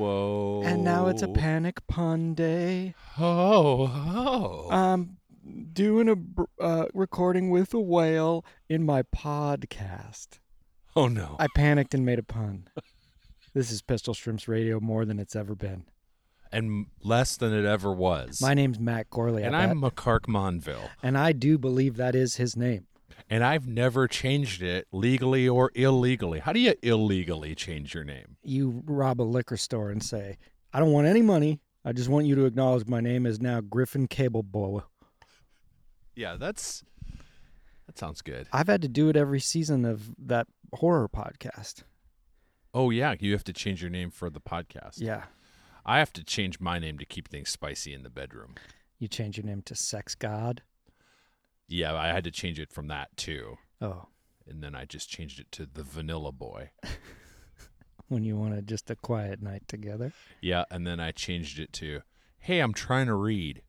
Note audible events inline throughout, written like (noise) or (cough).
Oh. And now it's a panic pun day. Oh, oh. I'm doing a br- uh, recording with a whale in my podcast. oh no. I panicked and made a (laughs) pun. This is Pistol Shrimps Radio more than it's ever been. and less than it ever was. My name's Matt Gorley, I and bet, I'm McCark Monville, and I do believe that is his name. and I've never changed it legally or illegally. How do you illegally change your name? You rob a liquor store and say, "I don't want any money. I just want you to acknowledge my name is now Griffin Cable Boy." Yeah, that's that sounds good. I've had to do it every season of that horror podcast. Oh yeah, you have to change your name for the podcast. Yeah, I have to change my name to keep things spicy in the bedroom. you change your name to Sex God. Yeah, I had to change it from that too, Oh, and then I just changed it to the Vanilla Boy. when you wanted just a quiet night together. Yeah, and then I changed it to, hey, I'm trying to read.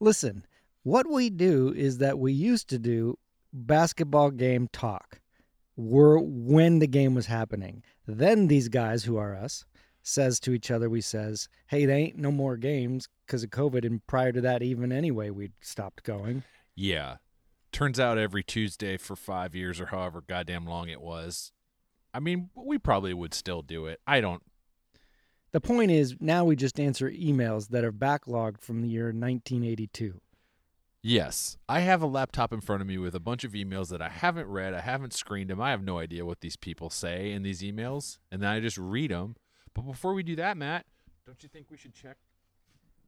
Listen, what we do is that we used to do basketball game talk were when the game was happening. Then these guys who are us says to each other we says, "Hey, there ain't no more games cuz of COVID and prior to that even anyway we stopped going." Yeah. Turns out every Tuesday for five years or however goddamn long it was. I mean, we probably would still do it. I don't. The point is now we just answer emails that are backlogged from the year 1982. Yes, I have a laptop in front of me with a bunch of emails that I haven't read. I haven't screened them. I have no idea what these people say in these emails. And then I just read them. But before we do that, Matt, don't you think we should check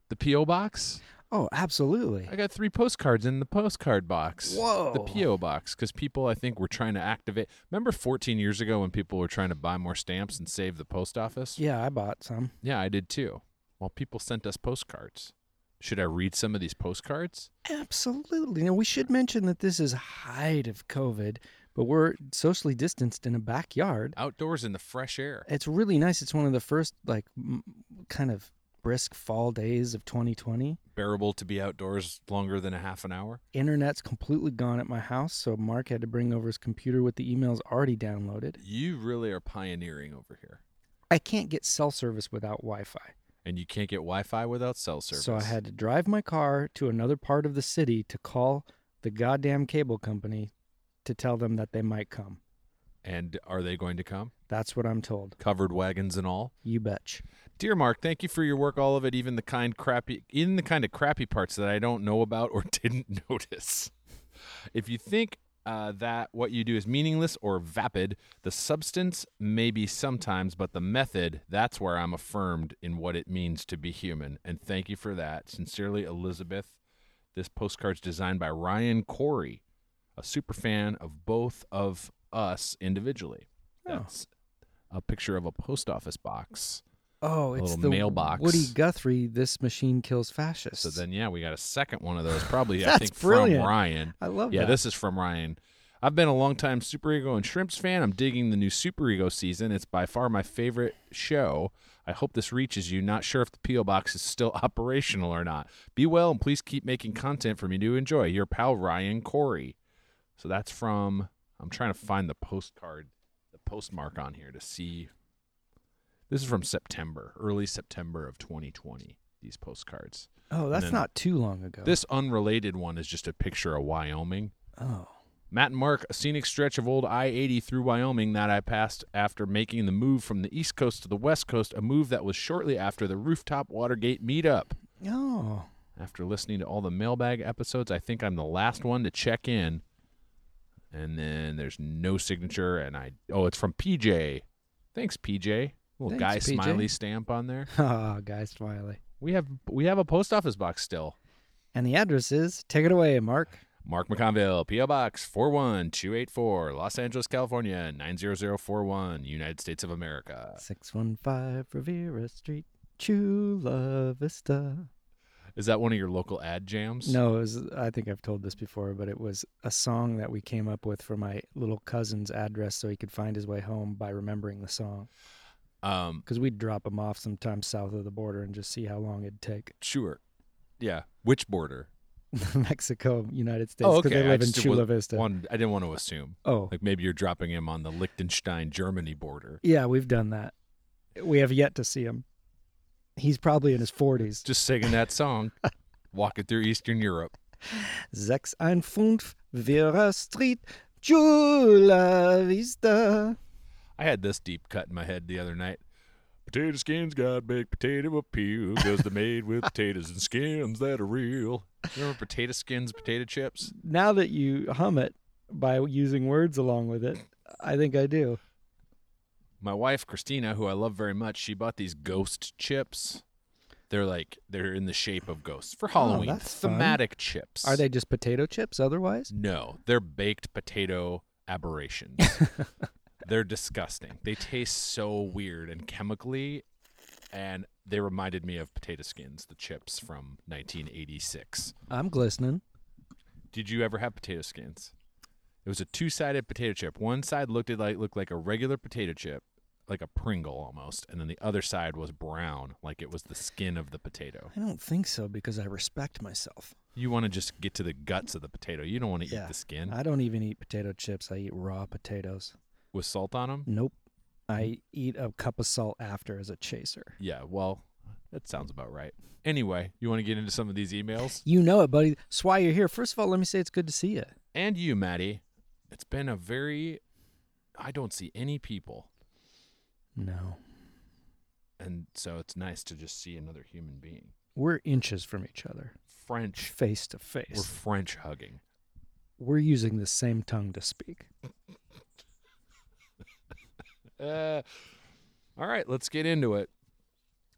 the P.O. box? Oh, absolutely. I got three postcards in the postcard box. Whoa. The P.O. box, because people, I think, were trying to activate. Remember 14 years ago when people were trying to buy more stamps and save the post office? Yeah, I bought some. Yeah, I did too. Well, people sent us postcards. Should I read some of these postcards? Absolutely. Now, we should mention that this is height of COVID, but we're socially distanced in a backyard. Outdoors in the fresh air. It's really nice. It's one of the first, like, m- kind of brisk fall days of 2020. Bearable to be outdoors longer than a half an hour. Internet's completely gone at my house, so Mark had to bring over his computer with the emails already downloaded. You really are pioneering over here. I can't get cell service without Wi Fi. And you can't get Wi Fi without cell service. So I had to drive my car to another part of the city to call the goddamn cable company to tell them that they might come. And are they going to come? That's what I'm told. Covered wagons and all? You betch. Dear Mark, thank you for your work, all of it, even the kind crappy, even the kind of crappy parts that I don't know about or (laughs) didn't notice. If you think uh, that what you do is meaningless or vapid, the substance maybe sometimes, but the method, that's where I'm affirmed in what it means to be human. And thank you for that. Sincerely, Elizabeth. This postcard's designed by Ryan Corey, a super fan of both of us individually. Oh. That's a picture of a post office box. Oh, it's little the mailbox. Woody Guthrie. This machine kills fascists. So then, yeah, we got a second one of (laughs) those, probably I That's think brilliant. from Ryan. I love yeah, that. this is from Ryan. I've been a longtime Super Ego and Shrimps fan. I'm digging the new Super Ego season. It's by far my favorite show. I hope this reaches you. Not sure if the P.O. Box is still (laughs) operational or not. Be well and please keep making content for me to enjoy. Your pal, Ryan Corey. So that's from, I'm trying to find the postcard, the postmark on here to see. This is from September, early September of 2020, these postcards. oh, that's then- not too long ago. This unrelated one is just a picture of Wyoming. oh, Matt and Mark, a scenic stretch of old I 80 through Wyoming that I passed after making the move from the East Coast to the West Coast, a move that was shortly after the rooftop Watergate meetup. oh, (laughs) After listening to all the mailbag episodes, I think I'm the last one to check in. And then there's no signature, and I. Oh, it's from PJ. Thanks, PJ. Little Thanks, PJ. guy smiley stamp on there. Ah, guy smiley. We have we have a post office box still. And the address is. Take it away, Mark. Mark McConville, P.O. Box 41284, Los Angeles, California 90041, United States of America. Six one five Rivera Street, Chula Vista. Is that one of your local ad jams? No, it was, I think I've told this before, but it was a song that we came up with for my little cousin's address so he could find his way home by remembering the song. Um, Because we'd drop him off sometime south of the border and just see how long it'd take. (laughs) sure. Yeah. Which border? Mexico, United States, because they Oh, I live in just Chula wa- Vista. wanted- I didn't want to assume. Oh, Like maybe you're dropping him on the Liechtenstein Germany border. yeah, we've done that. We have yet to see him. He's probably in his 40s. Just singing that song, walking through Eastern Europe. Sechs ein fünf Vera Street, Chula Vista. I had this deep cut in my head the other night. Potato skins got big potato appeal because they're made with potatoes and skins that are real. Remember potato skins, potato chips? Now that you hum it by using words along with it, I think I do. My wife, Christina, who I love very much, she bought these ghost chips. They're like, they're in the shape of ghosts for Halloween. Oh, that's fun. Thematic chips. Are they just potato chips otherwise? No, they're baked potato aberrations. (laughs) they're disgusting. They taste so weird and chemically, and they reminded me of potato skins, the chips from 1986. I'm glistening. Did you ever have potato skins? It was a two-sided potato chip. One side looked at like looked like a regular potato chip, like a Pringle almost, and then the other side was brown, like it was the skin of the potato. I don't think so because I respect myself. You want to just get to the guts of the potato. You don't want to eat the skin I don't even eat potato chips. I eat raw potatoes. with salt on them. Nope. I eat a cup of salt after as a chaser. Yeah, well, that sounds about right. Anyway, you want to get into some of these emails? You know it, buddy. That's why you're here. First of all, let me say it's good to see you. And you, Maddie. It's been a very I don't see any people. No. And so it's nice to just see another human being. We're inches from each other, French. face to We're face. French hugging. We're using the same tongue to speak. Uh, all right, let's get into it.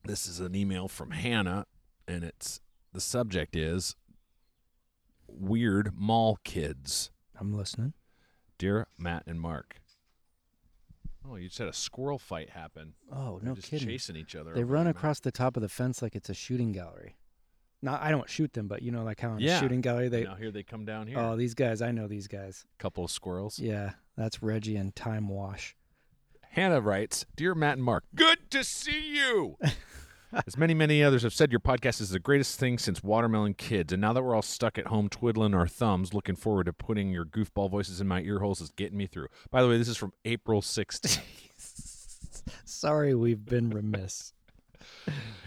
This is an email from Hannah, and it's the subject is weird mall kids. I'm listening. Dear Matt and Mark. Oh, you just had a squirrel fight happen. Oh, They're no just kidding. chasing each other. They over run there. across the top of the fence like it's a shooting gallery. Now, I don't shoot them, but you know, like how in Yeah. a shooting gallery, they. now here they come down here. Oh, these guys. I know these guys. Couple of squirrels. Yeah, that's Reggie and Time Wash. (laughs) Hannah writes, "Dear Matt and Mark, good to see you." As many, many others have said, your podcast is the greatest thing since Watermelon Kids. And now that we're all stuck at home twiddling our thumbs, looking forward to putting your goofball voices in my ear holes is getting me through. By the way, this is from April 16th. Sorry, we've been remiss.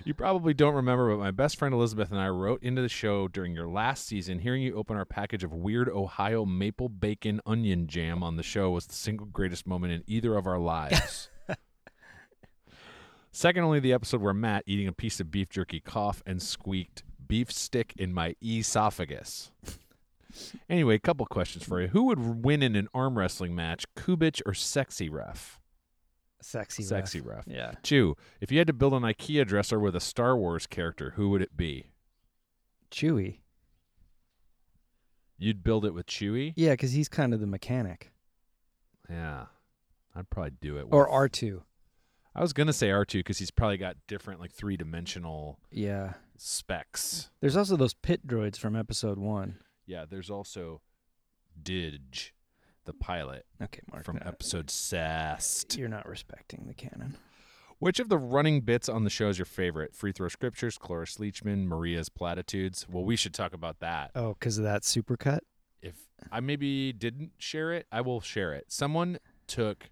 You probably don't remember, but my best friend Elizabeth and I wrote into the show during your last season. Hearing you open our package of weird Ohio maple bacon onion jam on the show was the single greatest moment in either of our lives. Second, only the episode where Matt eating a piece of beef jerky cough and squeaked beef stick in my esophagus. Anyway, a couple questions for you. Who would win in an arm wrestling match, Kubich or Sexy Ref? Sexy. ref. Sexy Ref. Yeah. Chew, if you had to build an IKEA dresser with a Star Wars character, who would it be? Chewy. You'd build it with Chewie? Yeah, because he's kind of the mechanic. Yeah. I'd probably do it. Or with- R2. I was going to say R2 because he's probably got different, like, three dimensional Yeah. specs. There's also those pit droids from episode one. Yeah, there's also Didge, the pilot Okay, Mark. from no, episode Sast. you're not respecting the canon. Which of the running bits on the show is your favorite? Free throw scriptures, Cloris Leachman, Maria's platitudes? Well, we should talk about that. Oh, because of that supercut? if I maybe didn't share it, I will share it. Someone took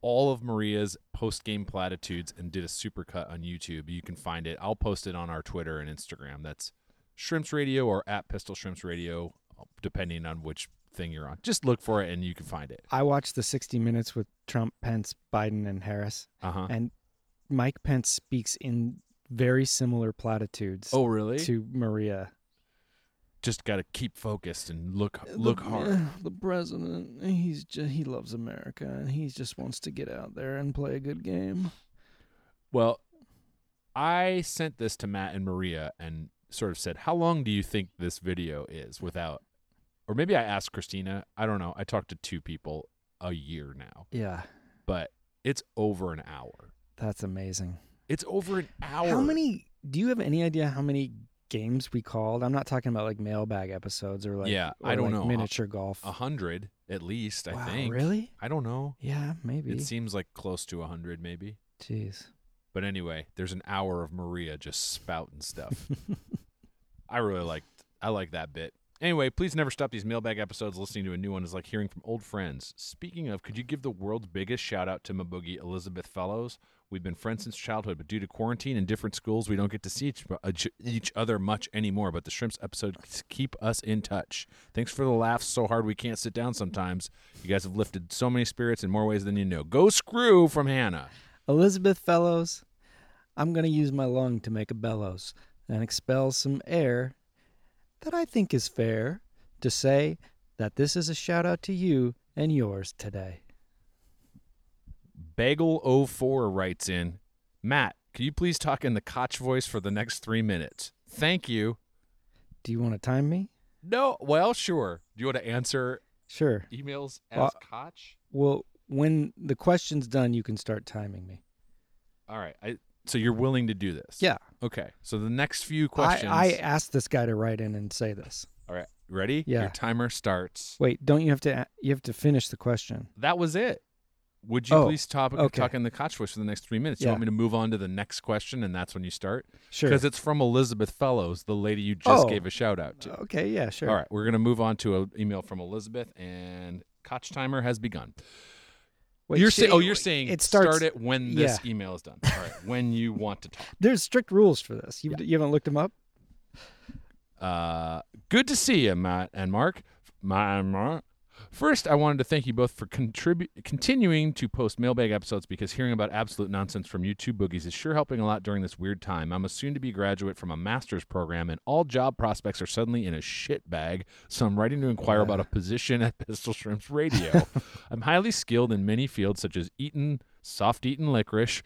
all of Maria's post game platitudes and did a supercut on YouTube. You can find it. I'll post it on our Twitter and Instagram. That's Shrimps Radio or at Pistol Shrimps Radio, depending on which thing you're on. Just look for it and you can find it. I watched the 60 Minutes with Trump, Pence, Biden, and Harris, Uh huh. and Mike Pence speaks in very similar platitudes Oh, really? to Maria. Just got to keep focused and look Uh, look hard. The president, he's just, he loves America, and he just wants to get out there and play a good game. Well, I sent this to Matt and Maria and sort of said, How long do you think this video is without? Or maybe I asked Christina. I don't know. I talked to two people a year now, Yeah, but it's over an hour. that's amazing. It's over an hour. How many? Do you have any idea how many games we called? I'm not talking about like mailbag episodes or like Yeah, or, I don't like, know. miniature golf. A hundred at least, I wow, think. really? I don't know. Yeah, maybe. It seems like close to a hundred, maybe. Jeez. But anyway, there's an hour of Maria just spouting stuff. I really liked. I like that bit. Anyway, please never stop these mailbag episodes. Listening to a new one is like hearing from old friends. Speaking of, could you give the world's biggest shout out to my boogie Elizabeth Fellows? We've been friends since childhood, but due to quarantine and different schools, we don't get to see each, each- each other much anymore. But the Shrimps episodes keep us in touch. Thanks for the laughs so hard we can't sit down sometimes. You guys have lifted so many spirits in more ways than you know. Go screw from Hannah. Elizabeth Fellows, I'm going to use my lung to make a bellows and expel some air that I think is fair to say that this is a shout out to you and yours today. Bagel04 writes in Matt, can you please talk in the Koch voice for the next three minutes? Thank you. Do you want to time me? No, well, sure. Do you want to answer Sure. emails as Well- Koch? Well, when the question's done, you can start timing me. All right. I, so you're willing to do this? Yeah. Okay. So the next few I, questions. I asked this guy to write in and say this. All right. Ready? Yeah. Your timer starts. Wait, don't you have to? a- You have to finish the question. That was it. Would you Oh, please talk, okay. talk in the Koch voice for the next three minutes? You Yeah. want me to move on to the next question and that's when you start? Sure. Because it's from Elizabeth Fellows, the lady you just Oh. gave a shout out to. okay. Yeah. Sure. All right, we're going to move on to an email from Elizabeth, and Koch timer has begun. Wait, you're sh- saying, oh, you're saying it starts. start it when this email is done. All right, when you want to talk. There's strict rules for this. You, you haven't looked them up. Uh, good to see you, Matt and Mark. My Mark. First, I wanted to thank you both for contribu- continuing to post mailbag episodes because hearing about absolute nonsense from you two boogies is sure helping a lot during this weird time. I'm a soon to be graduate from a master's program, and all job prospects are suddenly in a shit bag, so I'm writing to inquire about a position at Pistol Shrimps Radio. I'm highly skilled in many fields such as eaten, soft eaten licorice,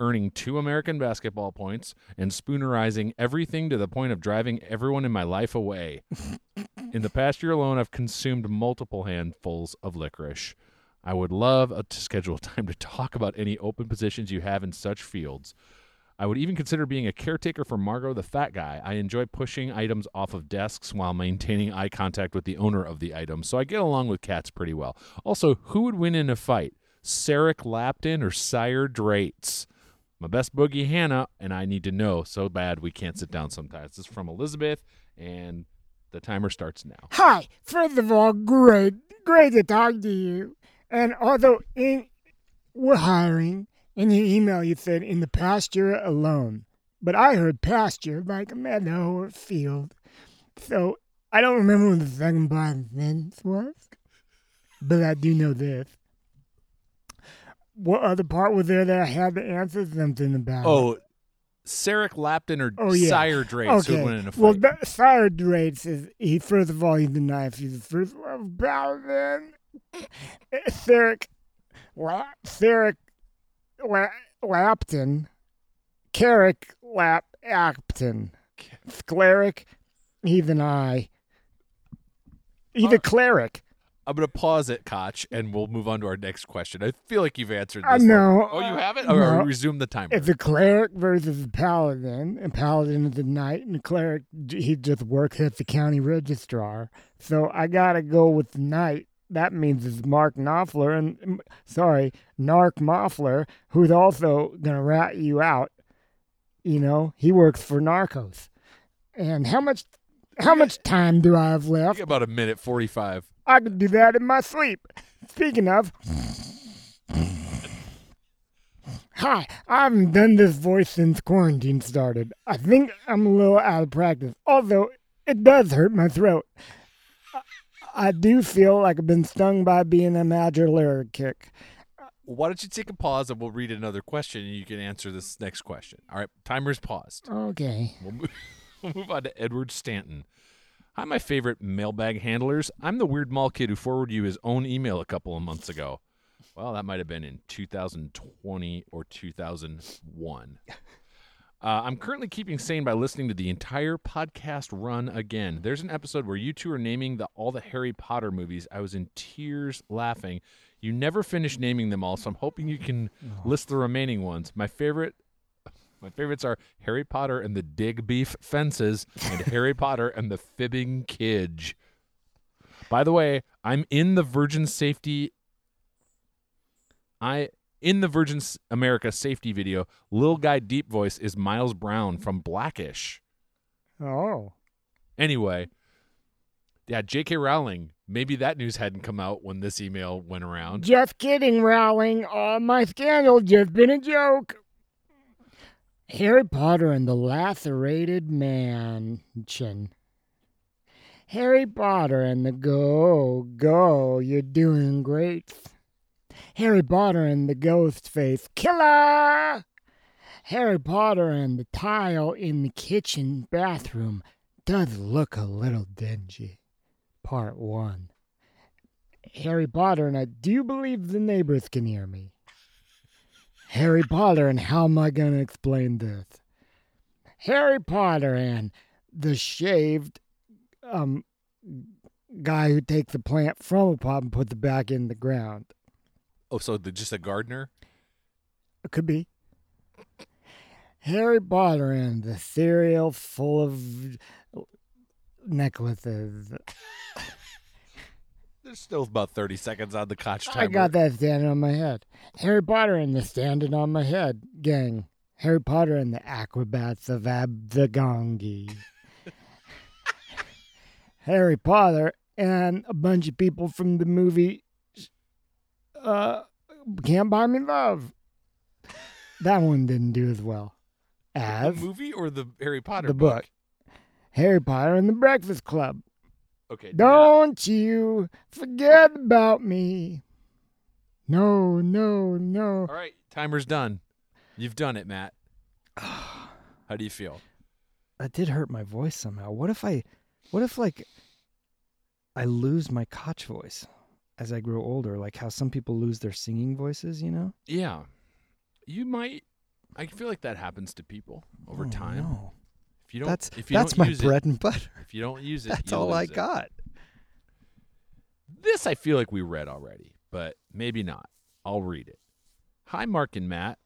earning two American basketball points, and spoonerizing everything to the point of driving everyone in my life away. in the past year alone, I've consumed multiple handfuls of licorice. I would love uh, to schedule time to talk about any open positions you have in such fields. I would even consider being a caretaker for Margot the fat guy. I enjoy pushing items off of desks while maintaining eye contact with the owner of the item, so I get along with cats pretty well. Also, who would win in a fight? Sarek Lapton or Sire Drates? My best boogie Hannah, and I need to know so bad we can't sit down sometimes. This is from Elizabeth, and the timer starts now. Hi, first of all, great, great to talk to you. And although in, we're hiring, in your email you said in the pasture alone, but I heard pasture like a meadow or field, so I don't remember what the second part of the sentence was, but I do know this. What other part was there that I had to answer something about? Oh, Sarek Lapton or Oh, yeah. Sire Drates? Okay. Who would win in a fight? Well, the Sire Drates is he. First of all, he denies he's the first love paladin. Theric, La, Theric, La, Lapton, Carrick, Lap, Acton, Scleric. He's an I. He's a cleric. I'm going to pause it, Koch, and we'll move on to our next question. I feel like you've answered this. I know. one. Oh, you haven't? Uh, All right, no. resume the timer. It's a cleric versus a paladin, and paladin is a knight, and a cleric he just works at the county registrar. So I gotta go with the knight. That means it's Mark Knopfler, and mm, sorry, Nark Moffler, who's also gonna rat you out. You know, he works for Narcos. And how much, how much time do I have left? About a minute 45. I could do that in my sleep. Speaking of. Hi, I haven't done this voice since quarantine started. I think I'm a little out of practice, although it does hurt my throat. I, I do feel like I've been stung by being a major kick. Why don't you take a pause and we'll read another question and you can answer this next question. All right, timer's paused. Okay. We'll move, (laughs) we'll move on to Edward Stanton. Hi, my favorite mailbag handlers. I'm the weird mall kid who forwarded you his own email a couple of months ago. Well, that might have been in 2020 or 2001. Uh, I'm currently keeping sane by listening to the entire podcast run again. There's an episode where you two are naming the all the Harry Potter movies. I was in tears laughing. You never finished naming them all, so I'm hoping you can list the remaining ones. My favorite my favorites are Harry Potter and the Dig Beef Fences (laughs) and Harry Potter and the Fibbing Kidge. By the way, I'm in the Virgin Safety I in the Virgin S- America safety video, Lil Guy Deep Voice is Miles Brown from Blackish. Oh. Anyway, Yeah, J.K. Rowling. Maybe that news hadn't come out when this email went around. Just kidding, Rowling. Uh, my scandal just been a joke. Harry Potter and the Lacerated Mansion. Harry Potter and the Go Go, you're doing great. Harry Potter and the Ghost Face Killer. Harry Potter and the tile in the kitchen bathroom does look a little dingy. Part one. Harry Potter and I do believe the neighbors can hear me. Harry Potter and how am I going to explain this? Harry Potter and the shaved um guy who takes the plant from a pot and puts it back in the ground. Oh, so the, just a gardener? It could be. Harry Potter and the cereal full of necklaces. There's still about 30 seconds on the Koch timer. I got that standing on my head. Harry Potter and the standing on my head gang. Harry Potter and the acrobats of Abdagongi. (laughs) Harry Potter and a bunch of people from the movie uh, Can't Buy Me Love. That one didn't do as well The as movie or the Harry Potter the book. Harry Potter and the Breakfast Club. Okay. now- Don't you forget about me. No, no, no. All right. Timer's done. You've done (sighs) it, Matt. How do you feel? That did hurt my voice somehow. What if I, what if like, I lose my Koch voice as I grow older, like how some people lose their singing voices, you know? Yeah. You might. I feel like that happens to people over Oh, time. no. If you don't, That's if you that's don't my use it- bread and butter. (laughs) if you don't use it, That's you all I lose it. got. This I feel like we read already, but maybe not. I'll read it. Hi, Mark and Matt.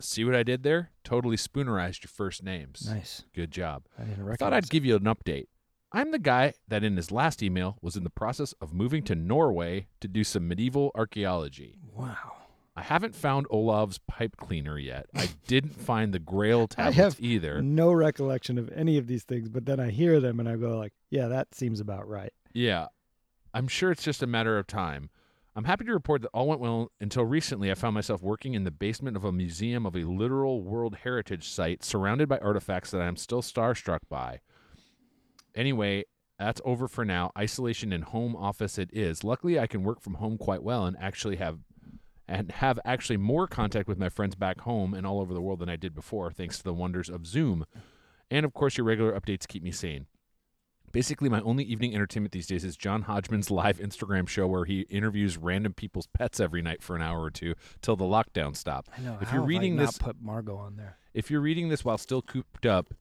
See what I did there? Totally spoonerized your first names. Nice. Good job. I didn't I recognize. thought I'd it. give you an update. I'm the guy that in his last email was in the process of moving to Norway to do some medieval archaeology. Wow. I haven't found Olav's pipe cleaner yet. (laughs) I didn't find the Grail I tablets have either. No recollection of any of these things, but then I hear them and I go like, yeah, that seems about right. Yeah. I'm sure it's just a matter of time. I'm happy to report that all went well until recently. I found myself working in the basement of a museum of a literal World Heritage site surrounded by artifacts that I am still starstruck by. Anyway, that's over for now. Isolation and home office it is. Luckily, I can work from home quite well and actually have and have actually more contact with my friends back home and all over the world than I did before thanks to the wonders of Zoom. And of course, your regular updates keep me sane. Basically, my only evening entertainment these days is John Hodgman's live Instagram show where he interviews random people's pets every night for an hour or two till the lockdown stop. I know. If how have you're I reading not this- put Margot on there. If you're reading this while still cooped up,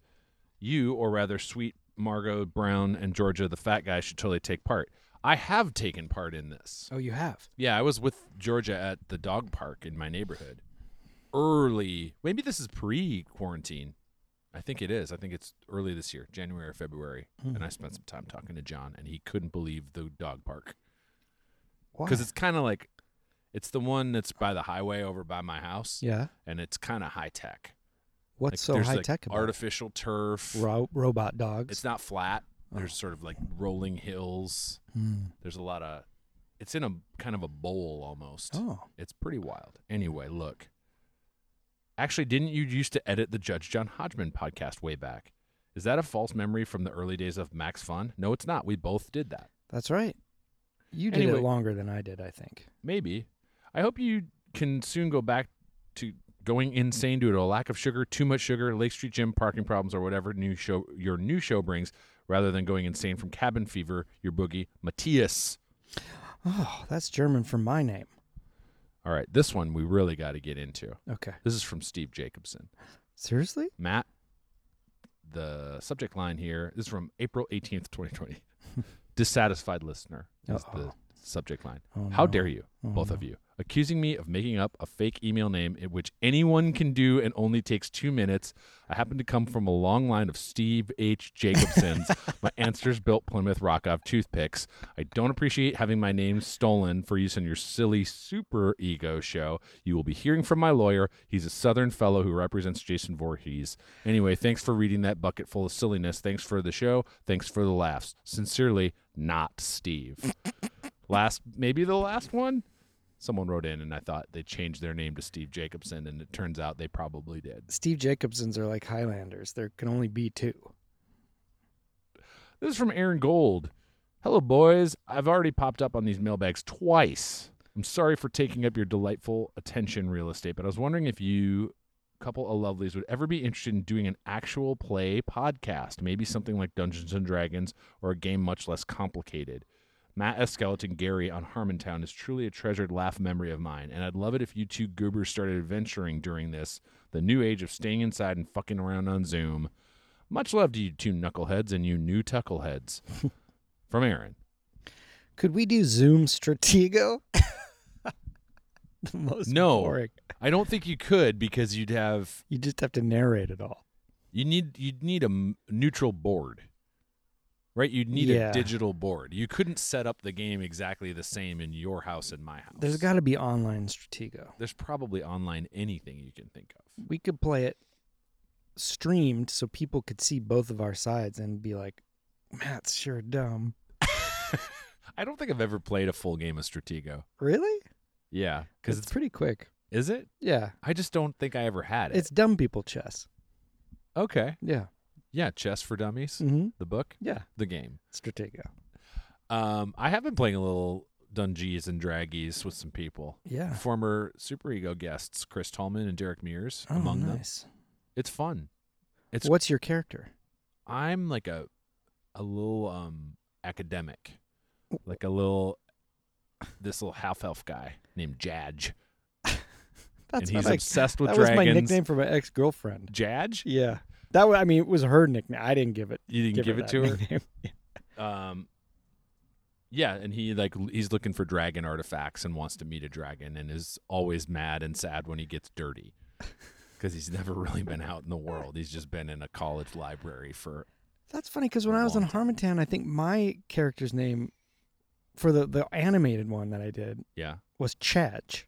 you, or rather sweet Margot Brown and Georgia the fat guy, should totally take part. I have taken part in this. Oh, you have. Yeah, I was with Georgia at the dog park in my neighborhood early. Maybe this is pre quarantine. I think it is. I think it's early this year, January or February. Hmm. And I spent some time talking to John, and he couldn't believe the dog park Why? because it's kind of like it's the one that's by the highway over by my house, yeah. and it's kind of high tech. What's Like, so there's, high like, tech about? it? Artificial turf. Ro- robot dogs. It's not flat. Oh. There's sort of like rolling hills. Hmm. There's a lot of. It's in a kind of a bowl almost. Oh, It's pretty wild. Anyway, look. Actually, didn't you used to edit the Judge John Hodgman podcast way back? Is that a false memory from the early days of Max Fun? No, it's not. We both did that. that's right. You did Anyway. it longer than I did, I think. Maybe. I hope you can soon go back to going insane due to a lack of sugar, too much sugar, Lake Street gym, parking problems, or whatever new show your new show brings, rather than going insane from cabin fever, your boogie, Matthias. Oh, that's German for my name. All right, this one we really got to get into. Okay. This is from Steve Jacobson. Seriously? Matt, (laughs) the subject line here is from April 18th, 2020. Dissatisfied listener is Uh-oh. the Subject line. Oh, How no. dare you, Oh, both no. of you, accusing me of making up a fake email name, in which anyone can do and only takes two minutes. I happen to come from a long line of Steve H. Jacobsons. my ancestors built Plymouth Rock off toothpicks. I don't appreciate having my name stolen for use on your silly super ego show. You will be hearing from my lawyer. He's a Southern fellow who represents Jason Voorhees. Anyway, thanks for reading that bucket full of silliness. Thanks for the show. Thanks for the laughs. Sincerely, not Steve last maybe the last one someone wrote in and i thought they changed their name to steve jacobson and it turns out they probably did Steve Jacobsons are like Highlanders. There can only be two. this is from aaron gold hello boys i've already popped up on these mailbags twice i'm sorry for taking up your delightful attention real estate but i was wondering if you couple of lovelies would ever be interested in doing an actual play podcast maybe something like dungeons and dragons or a game much less complicated Matt S. Skeleton Gary on Harmontown is truly a treasured laugh memory of mine, and I'd love it if you two goobers started adventuring during this, the new age of staying inside and fucking around on Zoom. Much love to you two knuckleheads and you new (laughs) tuckleheads. From Aaron. Could we do Zoom Stratego? (laughs) the most No. boring. I don't think you could because you'd have You just have to narrate it all. you need you'd need a m- neutral board. Right? You'd need Yeah. a digital board. You couldn't set up the game exactly the same in your house and my house. There's got to be online Stratego. There's probably online anything you can think of. We could play it streamed so people could see both of our sides and be like, Matt's sure dumb. I don't think I've ever played a full game of Stratego. Really? Yeah, because It's, it's, pretty quick. is it? Yeah. I just don't think I ever had it. It's dumb people chess. okay. Yeah. Yeah, chess for dummies, Mm-hmm. the book, Yeah. the game. Stratego. Um, I have been playing a little Dungees and Draggies with some people. Yeah. Former Super Ego guests Chris Tallman and Derek Mears Oh, among them. nice. It's fun. It's What's your character? I'm like a a little um academic, like a little this little half elf guy named Jadge, That's and he's what I- obsessed with that dragons. was my nickname for my ex girlfriend. Jadge. Yeah, that was, I mean, it was her nickname. I didn't give it. You didn't give, it that to her. nickname. (laughs) um yeah and he like l- he's looking for dragon artifacts and wants to meet a dragon and is always mad and sad when he gets dirty because he's never really been out in the world he's just been in a college library for That's funny because when I was on Long time. Harmontown, I think my character's name for the the animated one that I did yeah was Chadge.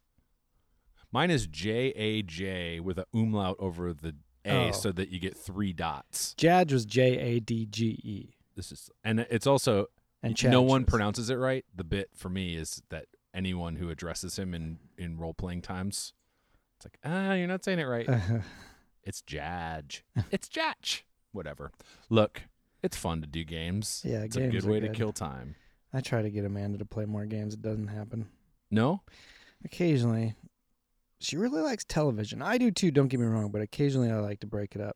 mine is j-a-j with a umlaut over the a Oh. so that you get three dots Jadge was J A D G E, this is and it's also and Chadge no one was- pronounces it right the bit for me is that anyone who addresses him in in role-playing times it's like ah you're not saying it right It's Jadge. It's Jatch. Whatever. Look, it's fun to do games. (laughs) Yeah, it's games a good are way good. to kill time. I try to get Amanda to play more games. It doesn't happen. No, Occasionally, she really likes television. I do too. Don't get me wrong, but occasionally I like to break it up.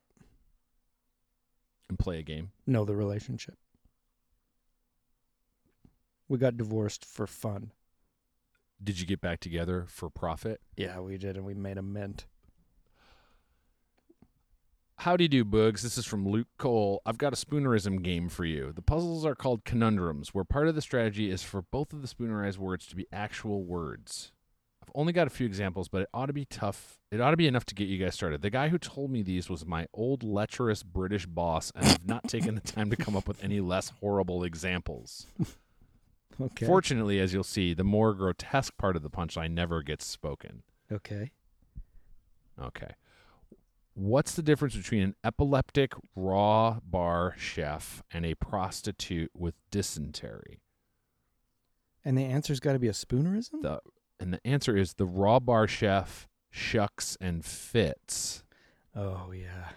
and play a game. No, the relationship. We got divorced for fun. Did you get back together for profit? Yeah, we did, and we made a mint. How do you do, Bugs? This is from Luke Cole. I've got a spoonerism game for you. The puzzles are called conundrums, where part of the strategy is for both of the spoonerized words to be actual words. I've only got a few examples, but it ought to be tough. It ought to be enough to get you guys started. The guy who told me these was my old lecherous British boss, and I've not taken the time to come up with any less horrible examples. Okay. Fortunately, as you'll see, the more grotesque part of the punchline never gets spoken. okay. Okay. What's the difference between an epileptic raw bar chef and a prostitute with dysentery? And the answer's got to be a spoonerism. The and the answer is the raw bar chef shucks and fits. oh yeah,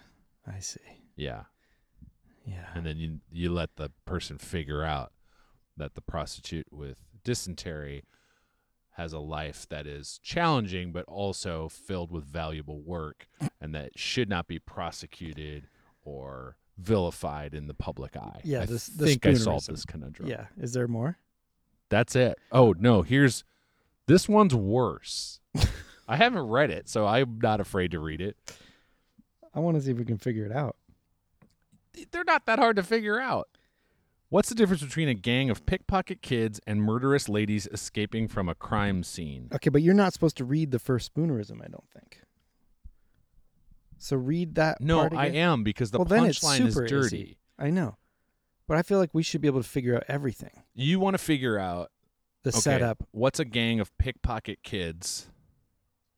I see. Yeah. Yeah. And then you you let the person figure out that the prostitute with dysentery has a life that is challenging but also filled with valuable work and that should not be prosecuted or vilified in the public eye. Yeah, I this- the think I solved spoonerism. this conundrum. yeah. Is there more? That's it. Oh no, here's this one's (laughs) worse. I haven't read it, so I'm not afraid to read it. I want to see if we can figure it out. They're not that hard to figure out. What's the difference between a gang of pickpocket kids and murderous ladies escaping from a crime scene? Okay, but you're not supposed to read the first spoonerism, I don't think. So read that. No, part I again. am because the well, then it's punchline is super dirty. easy. I know, but I feel like we should be able to figure out everything. You want to figure out The okay, setup. What's a gang of pickpocket kids?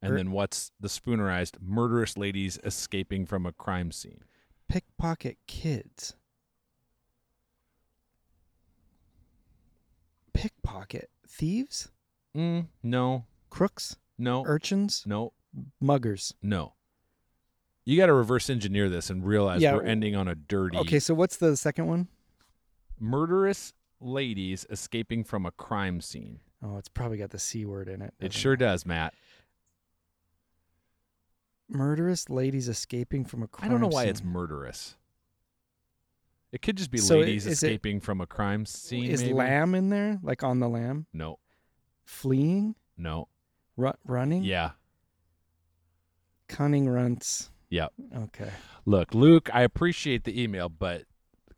And Er- then what's the spoonerized murderous ladies escaping from a crime scene? Pickpocket kids. Pickpocket thieves, Mm, no, crooks, no, Er urchins, no, muggers. no. You got to reverse engineer this and realize Yeah, we're ending on a dirty. Okay, so what's the second one? Murderous ladies escaping from a crime scene. Oh, it's probably got the c word in it. It doesn't sure does, Matt. Murderous ladies escaping from a crime. I don't know why it's scene. murderous. It could just be So i- ladies is it- escaping from a crime scene. Is maybe? lamb in there? Like on the lamb, No, fleeing, no. ru- running, Yeah. cunning runts. Yeah. Okay, Look, Luke, I appreciate the email, but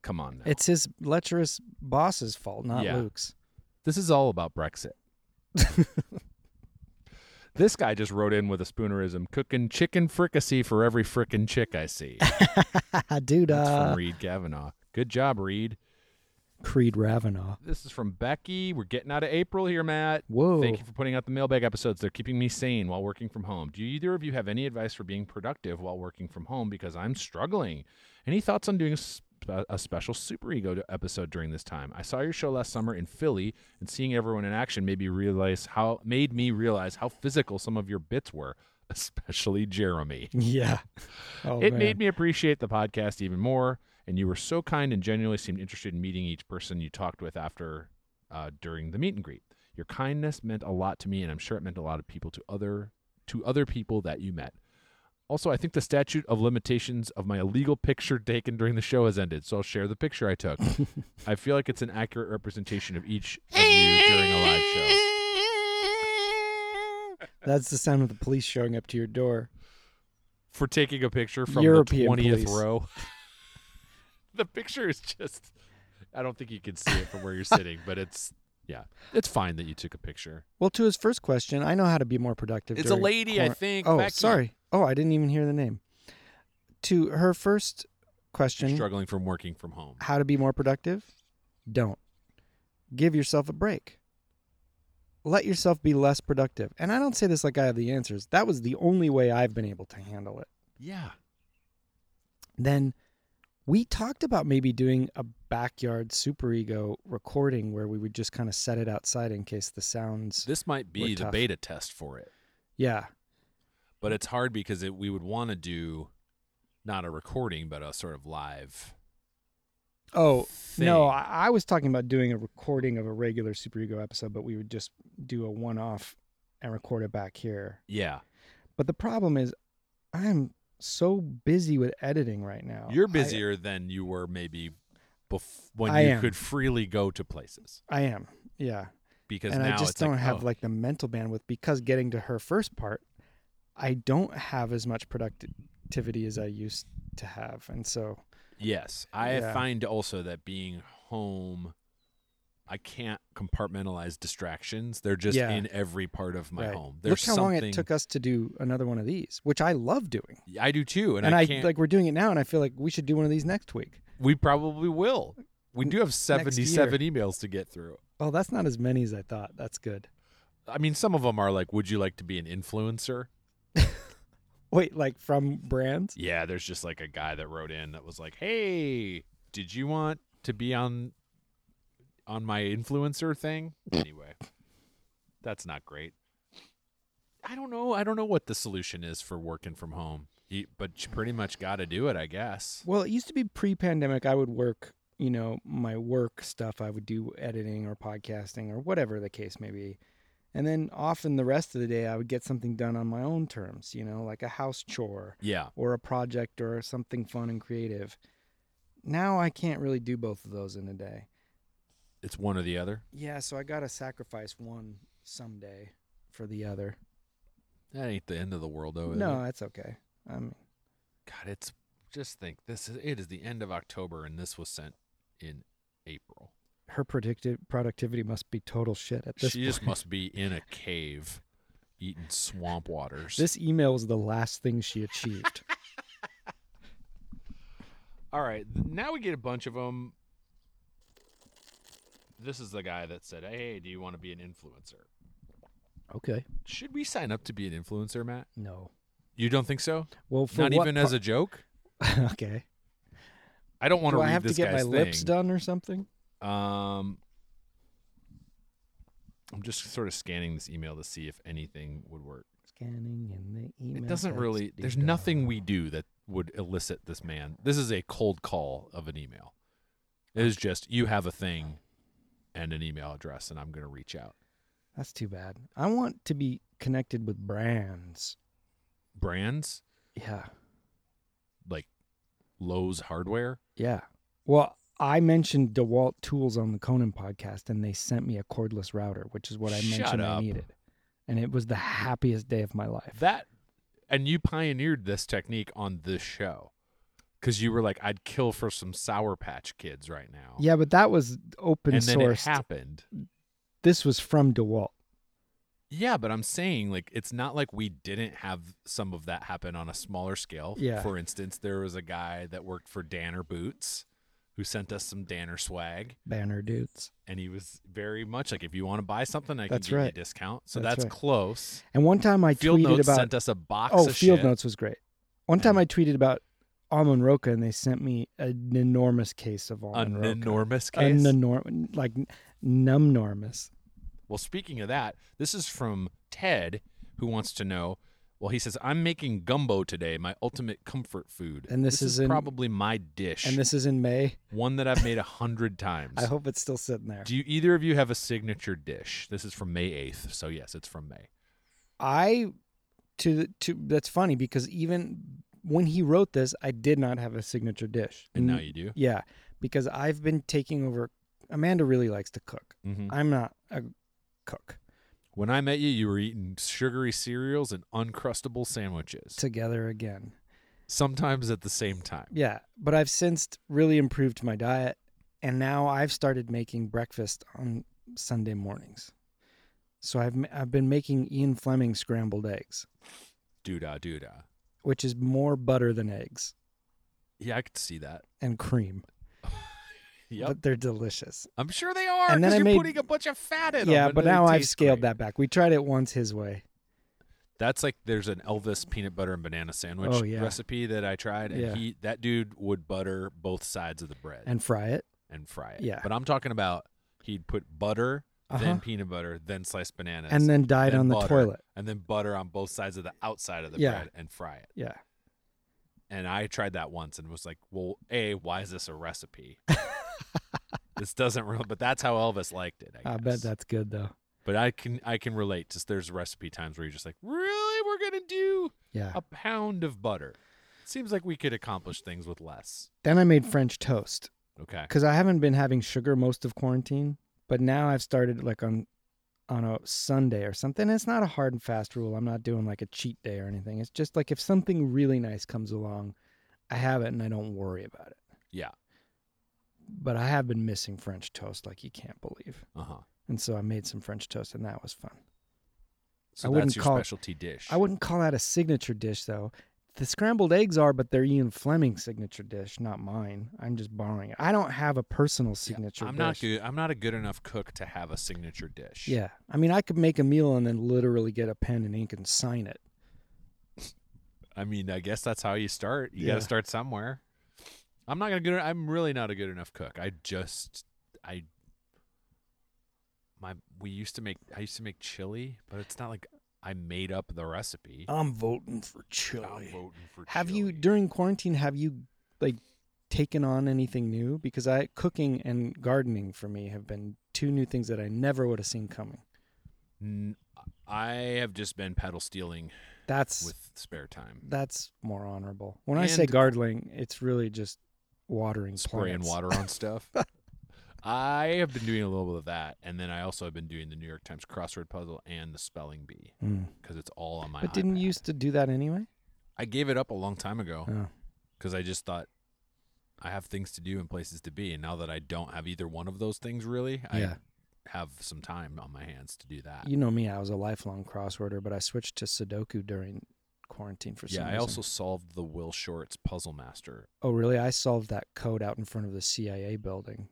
come on now. it's his lecherous boss's fault, not Yeah. Luke's. this is all about (laughs) Brexit. this guy just wrote in with a spoonerism cooking chicken fricassee for every frickin' chick I see. Dude, That's uh, from Reed Kavanaugh. Good job, Reed. Creed Ravenow. This is from Becky. We're getting out of April here, Matt. Whoa. Thank you for putting out the mailbag episodes. They're keeping me sane while working from home. Do either of you have any advice for being productive while working from home? Because I'm struggling. Any thoughts on doing a, sp- a special super ego episode during this time? I saw your show last summer in Philly, and seeing everyone in action made me realize how made me realize how physical some of your bits were, (laughs) especially Jeremy. Yeah. Oh, it man. made me appreciate the podcast even more. And you were so kind and genuinely seemed interested in meeting each person you talked with after uh, during the meet and greet. Your kindness meant a lot to me, and I'm sure it meant a lot of people to other to other people that you met. Also, I think the statute of limitations of my illegal picture taken during the show has ended, so I'll share the picture (laughs) I took. I feel like it's an accurate representation of each of you during a live show. That's the sound of the police showing up to your door. for taking a picture from the European 20th police. row. (laughs) the picture is just I don't think you can see it from where you're sitting, but it's yeah. It's fine that you took a picture. Well, to his first question, I know how to be more productive. It's a during lady, I quar- think, Oh, Becky. sorry. Oh, I didn't even hear the name. To her first question, Struggling from working from home. how to be more productive? Don't. Give yourself a break. Let yourself be less productive. And I don't say this like I have the answers. That was the only way I've been able to handle it. Yeah. Then we talked about maybe doing a backyard superego recording where we would just kind of set it outside in case the sounds. This might be We're the tough. beta test for it. Yeah. But it's hard because it, we would want to do not a recording, but a sort of live. Oh, no. Thing. I, I was talking about doing a recording of a regular superego episode, but we would just do a one off and record it back here. Yeah. But the problem is, I'm so busy with editing right now. You're Oh, I- busier than you were maybe bef- when I you am. could freely go to places. I, am. Yeah. Because And now I just it's don't like, have oh, like the mental bandwidth because getting to her first part, I don't have as much productivity as I used to have. And so, Yes, I Yeah. find also that being home, I can't compartmentalize distractions. They're just Yeah. in every part of my right. home. look There's how long something it took us to do another one of these, which I love doing. I do too, and, And, I, I, can't. like we're doing it now, and I feel like we should do one of these next week. we probably will. We N- do have year. seventy-seven emails to get through. Oh, that's not as many as I thought. That's good. I mean, some of them are like, "Would you like to be an influencer?" Wait, like from brands? Yeah, there's just like a guy that wrote in that was like, "Hey, did you want to be on on my influencer thing?" Anyway, that's not great. I don't know. I don't know what the solution is for working from home. You- But you pretty much got to do it, I guess. Well, it used to be pre-pandemic. I would work, you know, my work stuff. I would do editing or podcasting or whatever the case may be, and then often the rest of the day I would get something done on my own terms. You know, like a house chore Yeah. or a project or something fun and creative. Now I can't really do both of those in a day. It's one or the other. Yeah, so I gotta sacrifice one someday for the other. That ain't the end of the world, though. Oh, is No, it? that's okay. I mean, God, it's just think this is it is the end of October, and this was sent in April. Her predictive productivity must be total shit at this she just must be in a cave eating swamp waters. This email was the last thing she achieved. (laughs) All right, th- now we get a bunch of them. This is the guy that said, "Hey, do you want to be an influencer?" okay. Should we sign up to be an influencer, Matt? No. You don't think so? Well, for Not what even as a joke. part- (laughs) okay. I don't want Do to I read have to this get my guy's lips thing. done or something? Um, I'm just sort of scanning this email to see if anything would work. Scanning in the email. It doesn't text really. There's data. nothing we do that would elicit this man. This is a cold call of an email. It is just you have a thing and an email address, and I'm going to reach out. That's too bad. I want to be connected with brands. Brands Yeah. like Lowe's Hardware. Yeah. Well, I mentioned DeWalt tools on the Conan podcast, and they sent me a cordless router, which is what I Shut mentioned I up. needed. And it was the happiest day of my life. That, and you pioneered this technique on this show because you were like, I'd kill for some Sour Patch Kids right now. Yeah, but that was open and then it source. happened. This was from DeWalt. Yeah, but I'm saying like it's not like we didn't have some of that happen on a smaller scale. Yeah. For instance, there was a guy that worked for Danner Boots who sent us some Danner swag Banner dudes. and he was very much like if you want to buy something I That's can give you a right. discount. So That's that's, right. close. And one time I Field tweeted Notes about sent us a box Oh, of Field shit. Notes was great. One time And- I tweeted about almond roca, and they sent me an enormous case of almond An roca. enormous case. An enorm- like numnormous. Well, speaking of that, this is from Ted who wants to know. Well, he says I'm making gumbo today, my ultimate comfort food, And this is, is in- probably my dish, And this is in May. one that I've made (laughs) a hundred times. I hope it's still sitting there. Do you, either of you have a signature dish? This is from May 8th. So, yes, it's from May. I to the- to that's funny because even when he wrote this, I did not have a signature dish. And now N- you do? yeah, because I've been taking over. Amanda really likes to cook. Mm-hmm. I'm not a cook. When I met you, you were eating sugary cereals and uncrustable sandwiches, Together again. sometimes at the same time. Yeah, but I've since really improved my diet, and now I've started making breakfast on Sunday mornings. So I've m- I've been making Ian Fleming scrambled eggs, Doodah, doodah. which is more butter than eggs Yeah, I could see that. and cream, Yep. but they're delicious. I'm sure they are And then because I you're made- putting a bunch of fat in them. yeah, but now I've scaled that back. We tried it once his way. That's like there's an Elvis peanut butter and banana sandwich Oh, yeah. recipe that I tried, and Yeah. he that dude would butter both sides of the bread and, And fry it. fry it. yeah. But I'm talking about he'd put butter, Uh-huh. then peanut butter, then sliced bananas, And then dye it then on the butter, toilet. and then butter on both sides of the outside of the Yeah. bread and fry it. Yeah. And I tried that once and was like, "Well, a, why is this (laughs) a recipe? this doesn't really." But that's how Elvis liked it. I, I bet guess. that's good though. But I can I can relate. Just there's recipe times where you're just like, "Really, we're gonna do Yeah. a pound of butter? Seems like we could accomplish things with less." Then I made French toast. Okay. because I haven't been having sugar most of quarantine, but now I've started like on on a Sunday or something. It's not a hard and fast rule. I'm not doing like a cheat day or anything. It's just like if something really nice comes along, I have it and I don't worry about it. Yeah. But I have been missing French toast like you can't believe. Uh huh. And so I made some French toast and that was fun. So I wouldn't that's your call it- specialty dish. I wouldn't call that a signature dish though. The scrambled eggs are, but they're Ian Fleming's signature dish, not mine. I'm just borrowing it. I don't have a personal Yeah, signature I'm dish. not good. I'm not a good enough cook to have a signature dish. Yeah. I mean, I could make a meal and then literally get a pen and ink and sign it. I mean, I guess that's how you start. You got Yeah. to start somewhere. I'm not gonna good. I'm really not a good enough cook. I just, I, my we used to make. I used to make chili, but it's not like I made up the recipe. I'm voting for I'm voting for. Have you chili. during quarantine have you like taken on anything new because I cooking and gardening for me have been two new things that I never would have seen coming. N- I have just been pedal steeling That's with spare time, that's more honorable. When I say And- gardening, it's really just watering spraying plants. water (laughs) on stuff. I have been doing a little bit of that, and then I also have been doing the New York Times crossword puzzle and the spelling bee Mm. because it's all on my. But didn't iPad. you used to do that anyway? I gave it up a long time ago Oh. because I just thought I have things to do and places to be. And now that I don't have either one of those things really, Yeah. I have some time on my hands to do that. You know me, I was a lifelong crossworder, but I switched to Sudoku during quarantine for some yeah, I reason. also solved the Will Short's Puzzle Master. Oh, really? I solved that code out in front of the CIA building.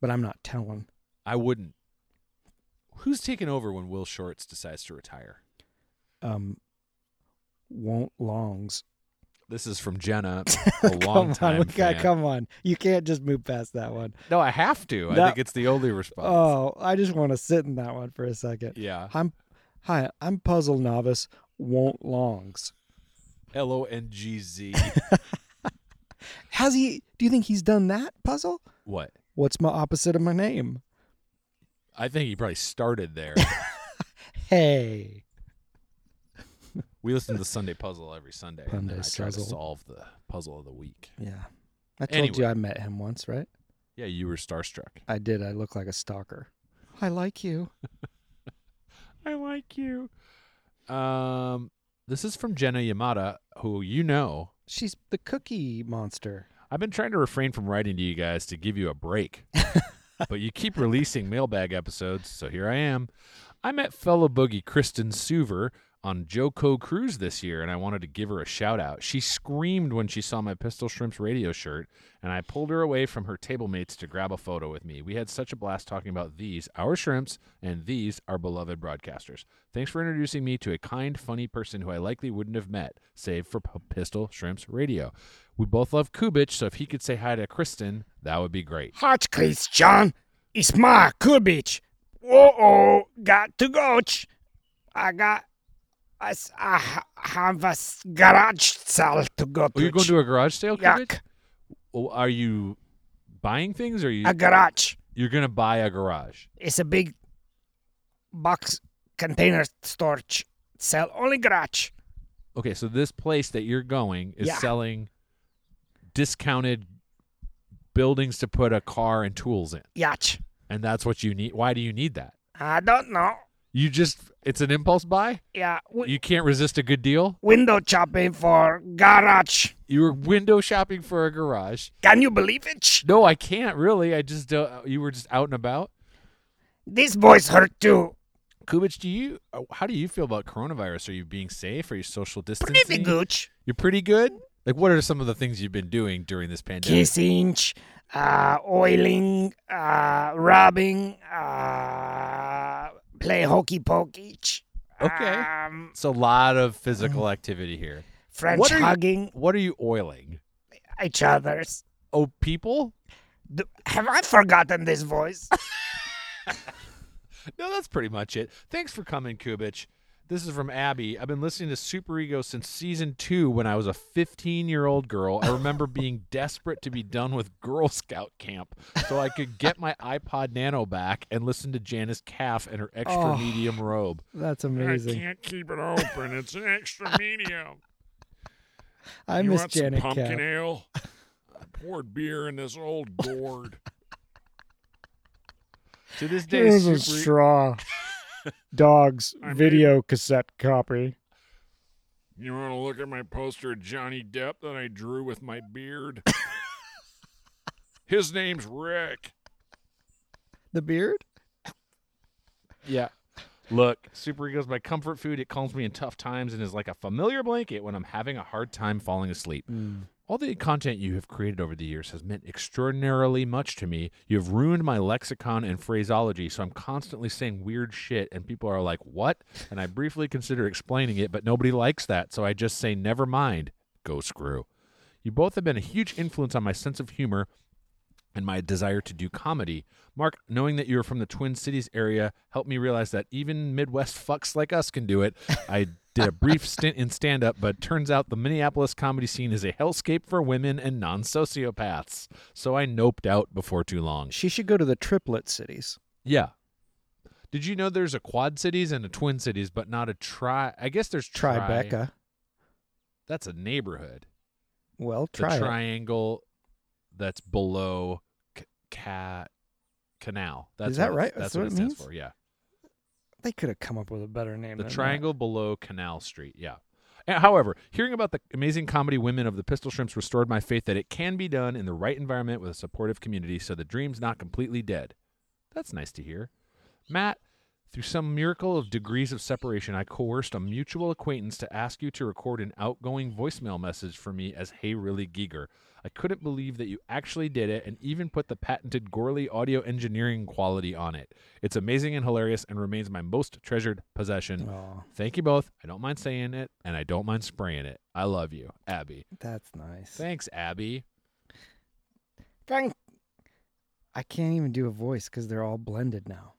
But I'm not telling. I wouldn't. Who's taking over when Will Shorts decides to retire? Um, won't longs. This is (laughs) from Jenna, a come long (laughs) time on, we gotta- fan. come on. You can't just move past that one. No, I have to. I That- think it's the only response. Oh, I just want to sit in that one for a second. yeah. I'm, hi, I'm puzzle novice. Won't longs. L O N G (laughs) Z. Has he? Do you think he's done that puzzle? What? What's my opposite of my name? I think he probably (laughs) started there. Hey. we listen to the Sunday Puzzle every Sunday, and then I Sunday try to Puzzle. solve the puzzle of the week. Yeah. I told you Anyway. I met him once, right? Yeah, you were starstruck. I did. I look like a stalker. I like you. I like you. Um, this is from Jenna Yamada, who you know. She's the cookie monster. I've been trying to refrain from writing to you guys to give you a break, but you keep releasing mailbag episodes, so here I am. I met fellow boogie Kristen Suver on Joco Cruise this year, and I wanted to give her a shout out. She screamed when she saw my Pistol Shrimps radio shirt, and I pulled her away from her table mates to grab a photo with me. We had such a blast talking about these, our shrimps, and these, our beloved broadcasters. Thanks for introducing me to a kind, funny person who I likely wouldn't have met, save for P- Pistol Shrimps Radio. We both love Kubich, so if he could say hi to Kristen, that would be great. Hot Christian, it's my Kubich. Uh oh, got to go. I got. I, s- I ha- have a s- garage sale to go to. Oh, you're going to a garage sale, Kubich? Yuck. Oh, are you buying things, or are you a garage. you're gonna buy a garage? It's a big box container storage. Sell only garage. Okay, so this place that you're going is Yeah. selling discounted buildings to put a car and tools in, Yacht. and that's what you need. Why do you need that? I don't know. You just it's an impulse buy. Yeah. wi- You can't resist a good deal. window shopping for garage. You were window shopping for a garage. Can you believe it? No, I can't really. I just don't. uh, You were just out and about. This voice hurt too. Kubich, do you uh, how do you feel about coronavirus? Are you being safe? Are you social distancing? Pretty good. You're pretty good. Like, what are some of the things you've been doing during this pandemic? Kissing, uh, oiling, uh, rubbing, uh, play hokey pokey. Okay. Um, It's a lot of physical activity here. French What are you- hugging What are you oiling? each other's. Oh, people? Do, have I forgotten (laughs) this voice? No, that's pretty much it. Thanks for coming, Kubich. This is from Abby. I've been listening to Super Ego since season two when I was a 15 year old girl. I remember being desperate to be done with Girl Scout camp so I could get my iPod Nano back and listen to Janice Calf and her extra Oh. medium robe. That's amazing. can't keep it open. It's an extra medium. I, you miss want some Janet pumpkin Cat. ale? I poured beer in this old gourd. To this day, Here's a Super- (laughs) straw. Dog's I mean- video cassette copy. You want to look at my poster of Johnny Depp that I drew with my (laughs) beard? His name's Rick. The beard? Yeah. Look, Super Ego's my comfort food. It calms me in tough times and is like a familiar blanket when I'm having a hard time falling asleep. All the content you have created over the years has meant extraordinarily much to me. You have ruined my lexicon and phraseology, so I'm constantly saying weird shit, and people are like, What? And I briefly consider explaining it, but nobody likes that, so I just say, Never mind. Go screw. You both have been a huge influence on my sense of humor and my desire to do comedy. Mark, knowing that you are from the Twin Cities area helped me realize that even Midwest fucks like us can do it. I did a brief stint in stand up, but turns out the Minneapolis comedy scene is a hellscape for women and non sociopaths. So I noped out before too long. She should go to the triplet cities. Yeah. Did you know there's a Quad Cities and a Twin Cities, but not a tri? I guess there's tri- Tribeca. That's a neighborhood. Well, The try it. triangle that's below C- Cat Canal. That's Is that what it's- right? That's That's what, what it it stands means? for. Yeah. They could have come up with a better name. The than that. triangle below Canal Street. Yeah. Uh, However, hearing about the amazing comedy women of the Pistol Shrimps restored my faith that it can be done in the right environment with a supportive community so the dream's not completely dead. That's nice to hear. Matt, through some miracle of degrees of separation, I coerced a mutual acquaintance to ask you to record an outgoing voicemail message for me as Hey Really Giger. I couldn't believe that you actually did it and even put the patented Gorley audio engineering quality on it. It's amazing and hilarious and remains my most treasured possession. Oh, Thank you both. I don't mind saying it, and I don't mind spraying it. I love you, Abby. that's nice. Thanks, Abby. Thank I can't even do a voice because they're all blended now.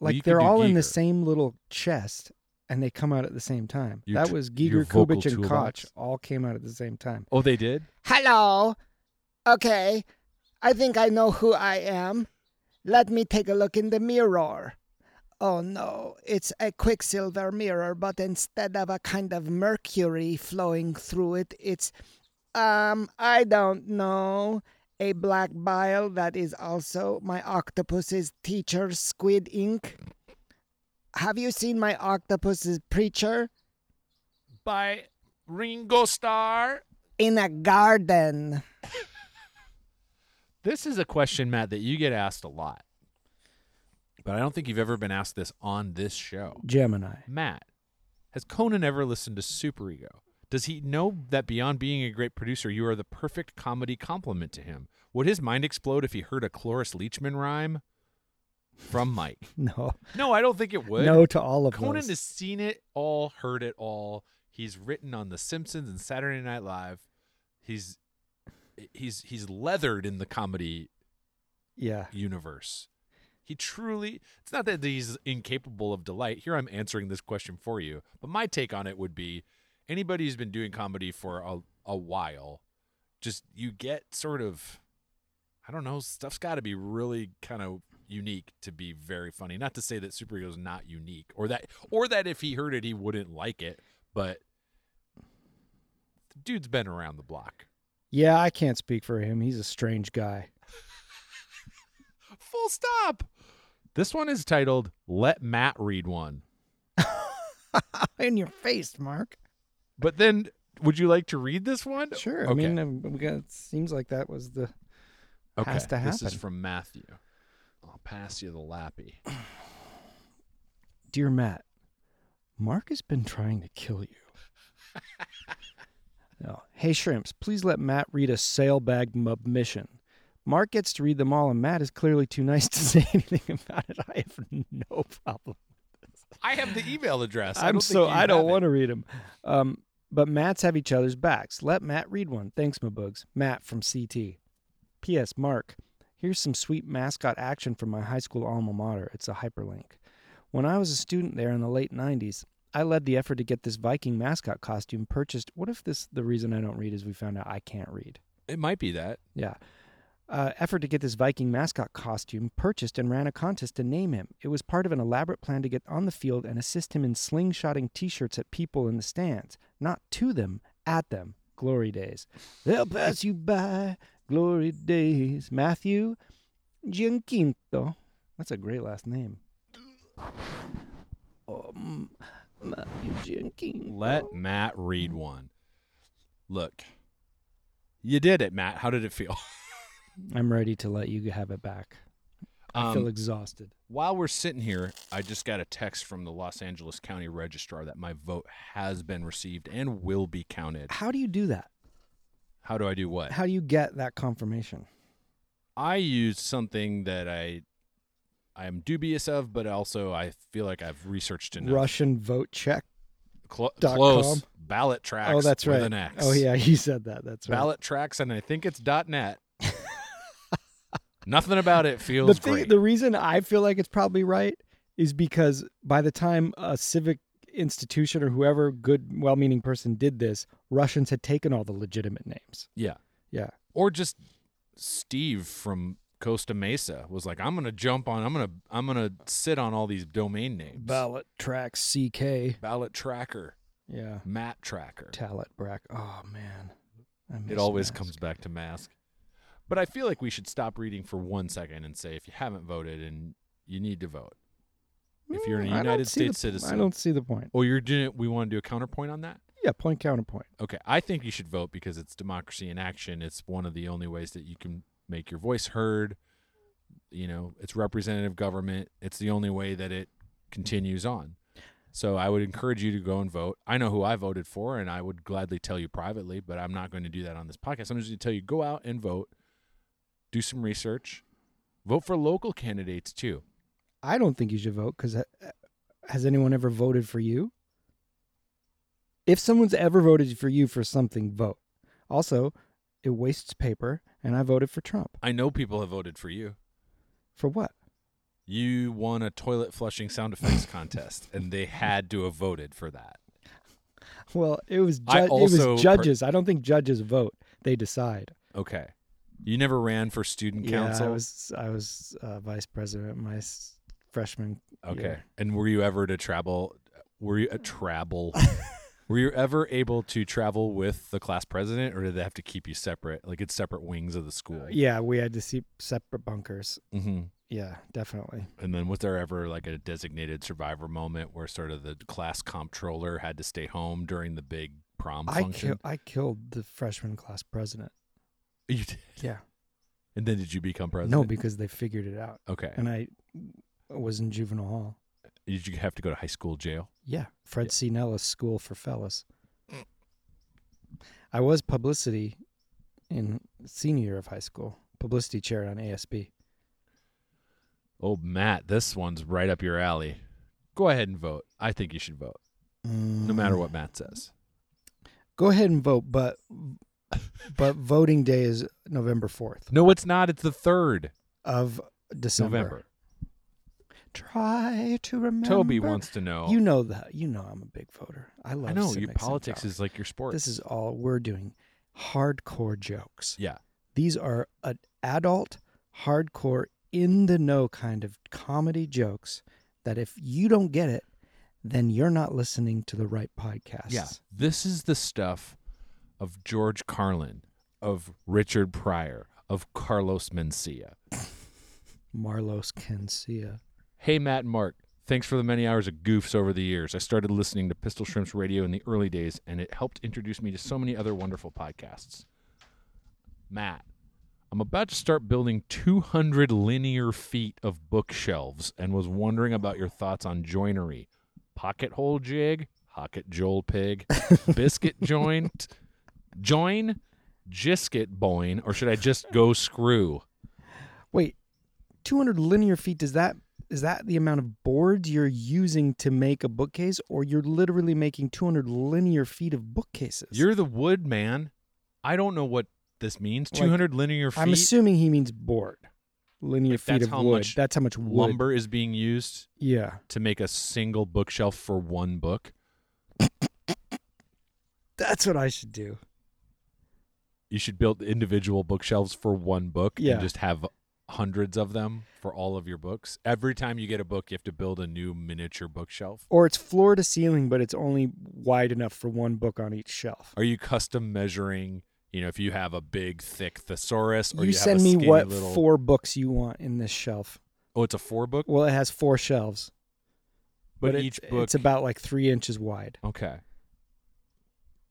Well, you Like could they're do all in the Giger. same little chest and they come out at the same time. Your that t- was your Giger, vocal Kubich, and toolbox. Koch all came out at the same time. Oh, they did. Hello. Okay. I think I know who I am. Let me take a look in the mirror. Oh no, it's a quicksilver mirror, but instead of a kind of mercury flowing through it, it's um I don't know. A black bile that is also my octopus's teacher squid ink. Have you seen my octopus's preacher? By Ringo Starr. In a garden. This is a question, Matt, that you get asked a lot, but I don't think you've ever been asked this on this show. Gemini. Matt, has Conan ever listened to Super Ego? Does he know that beyond being a great producer, you are the perfect comedy complement to him? Would his mind explode if he heard a Cloris Leachman rhyme from Mike? No. No, I don't think it would. No to all of Conan those. has seen it all, heard it all. He's written on The Simpsons and Saturday Night Live. He's he's he's leathered in the comedy yeah. universe. He truly it's not that he's incapable of delight. Here I'm answering this question for you. But my take on it would be anybody who's been doing comedy for a, a while, just you get sort of I don't know, stuff's gotta be really kind of unique to be very funny. Not to say that superhero's not unique or that or that if he heard it he wouldn't like it, but the dude's been around the block. Yeah, I can't speak for him. He's a strange guy. Full stop. This one is titled Let Matt Read One. In your face, Mark. But then would you like to read this one? Sure. Okay. I mean, um, we got, it seems like that was the. okay. has to This is happen. from Matthew. I'll pass you the lappy. Dear Matt, Mark has been trying to kill you. No. Hey, Shrimps, please let Matt read a sailbag mubmission. Mark gets to read them all, and Matt is clearly too nice to (laughs) say anything about it. I have no problem. I have the email address. I I'm don't so think I don't want to read them. Um, but Matt's have each other's backs. Let Matt read one. Thanks, my bugs. Matt from CT. P.S. Mark, here's some sweet mascot action from my high school alma mater. It's a hyperlink. When I was a student there in the late 90s, I led the effort to get this Viking mascot costume purchased. What if this the reason I don't read is we found out I can't read? It might be that. Yeah. Uh, effort to get this Viking mascot costume purchased and ran a contest to name him. It was part of an elaborate plan to get on the field and assist him in slingshotting t shirts at people in the stands. Not to them, at them. Glory days. They'll pass you by. Glory days. Matthew Gianquinto. That's a great last name. Um, Matthew Gianquinto. Let Matt read one. Look. You did it, Matt. How did it feel? I'm ready to let you have it back. I feel Um, exhausted. While we're sitting here, I just got a text from the Los Angeles County Registrar that my vote has been received and will be counted. How do you do that? How do I do what? How do you get that confirmation? I use something that I I am dubious of, but also I feel like I've researched enough. Russian vote check. Cl- dot close com. ballot tracks. Oh, that's with right. an X. Oh yeah, (laughs) you said that. That's right. ballot tracks, and I think it's dot net. Nothing (laughs) about it The feels thing, great. the reason I feel like it's probably right is because by the time a civic institution or whoever good, well-meaning person did this, Russians had taken all the legitimate names. yeah, Yeah. or just Steve from Costa Mesa was like, "I'm gonna jump on. I'm gonna I'm gonna sit on all these domain names. Ballot track CK. Ballot tracker, Yeah. Matt tracker. Talent brack. Oh man. I miss It always Mask. comes back to mask. But I feel like we should stop reading for one second and say if you haven't voted and you need to vote. If you're a Mm, I don't United see the- States citizen. I don't see the point. Oh, you're doing it. We want to do a counterpoint on that? Mm, Yeah, point counterpoint. Okay, I think you should vote because it's democracy in action. It's one of the only ways that you can make your voice heard. You know, it's representative government. It's the only way that it continues on. So I would encourage you to go and vote. I know who I voted for, and I would gladly tell you privately, but I'm not going to do that on this podcast. I'm just going to tell you go out and vote, do some research, vote for local candidates too. I don't think you should vote uh, because has anyone ever voted for you? If someone's ever voted for you for something, vote. Also, it wastes paper, and I voted for Trump. I know people have voted for you. For what? (laughs) You won a toilet flushing sound effects contest, and they had to have voted for that. Well, it was ju- I it also was judges. I don't think judges vote; they decide. Okay. You never ran for student council. Yeah, I was I was uh, vice president my s- freshman. okay. year. And were you ever to travel? Were you (laughs) a travel? were you ever able to travel with the class president, or did they have to keep you separate? Like it's separate wings of the school. Uh, Yeah, we had to see separate bunkers. hmm Yeah, definitely. And then was there ever like a designated survivor moment where sort of the class comptroller had to stay home during the big prom I function? kill, I killed the freshman class president. (laughs) You did. Yeah. And then did you become No, president? because they figured it out, Okay. and I was in juvenile hall. Did you have to go to high school jail? Yeah, Fred C. Nellis School for Fellas. I was publicity in senior year of high school, publicity chair on ASB. Oh, Matt, this one's right up your alley. Go ahead and vote. I think you should vote, no matter what Matt says. Go ahead and vote, but but voting day is November fourth No, it's not. It's the third of December. November. Try to remember. Toby wants to know. You know that. You know I'm a big voter. I love. I know civics your and politics power. is like your sport. This is all we're doing. Hardcore jokes. yeah. These are an adult, hardcore, in the know kind of comedy jokes that if you don't get it, then you're not listening to the right podcast. Yeah. This is the stuff of George Carlin, of Richard Pryor, of Carlos Mencia. Marlos Cancia. Hey, Matt and Mark. Thanks for the many hours of goofs over the years. I started listening to Pistol Shrimps Radio in the early days, and it helped introduce me to so many other wonderful podcasts. Matt, I'm about to start building 200 linear feet of bookshelves and was wondering about your thoughts on joinery. Pocket hole jig, pocket joel pig, biscuit joint, join, jisket boin, or should I just go screw? Wait, 200 linear feet, does that. Is that the amount of boards you're using to make a bookcase, or you're literally making 200 linear feet of bookcases? You're the wood man. I don't know what this means. Like, 200 linear feet I'm assuming he means board, linear Like, feet that's of how wood. much that's how much wood. lumber is being used Yeah, to make a single bookshelf for one book. that's what I should do. You should build individual bookshelves for one book Yeah. and just have hundreds of them for all of your books. Every time you get a book, you have to build a new miniature bookshelf. or it's floor to ceiling, but it's only wide enough for one book on each shelf. Are you custom measuring? You know, if you have a big, thick thesaurus, or you, you have send a me skinny what little, four books you want in this shelf. Oh, it's a four book, Well, it has four shelves, but, it- each book it's about like three inches wide. Okay.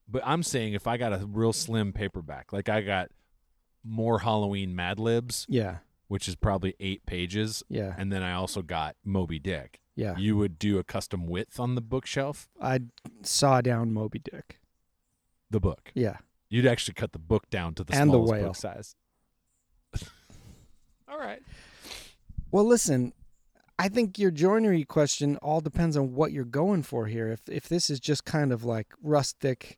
But I'm saying if I got a real slim paperback, like I got more Halloween Mad Libs, Yeah, which is probably eight pages, yeah, and then I also got Moby Dick. yeah. You would do a custom width on the bookshelf, I'd saw down Moby Dick. the book. Yeah, You'd actually cut the book down to the And the smallest whale. book size. (laughs) All right. Well, listen, I think your joinery question all depends on what you're going for here. If if this is just kind of like rustic,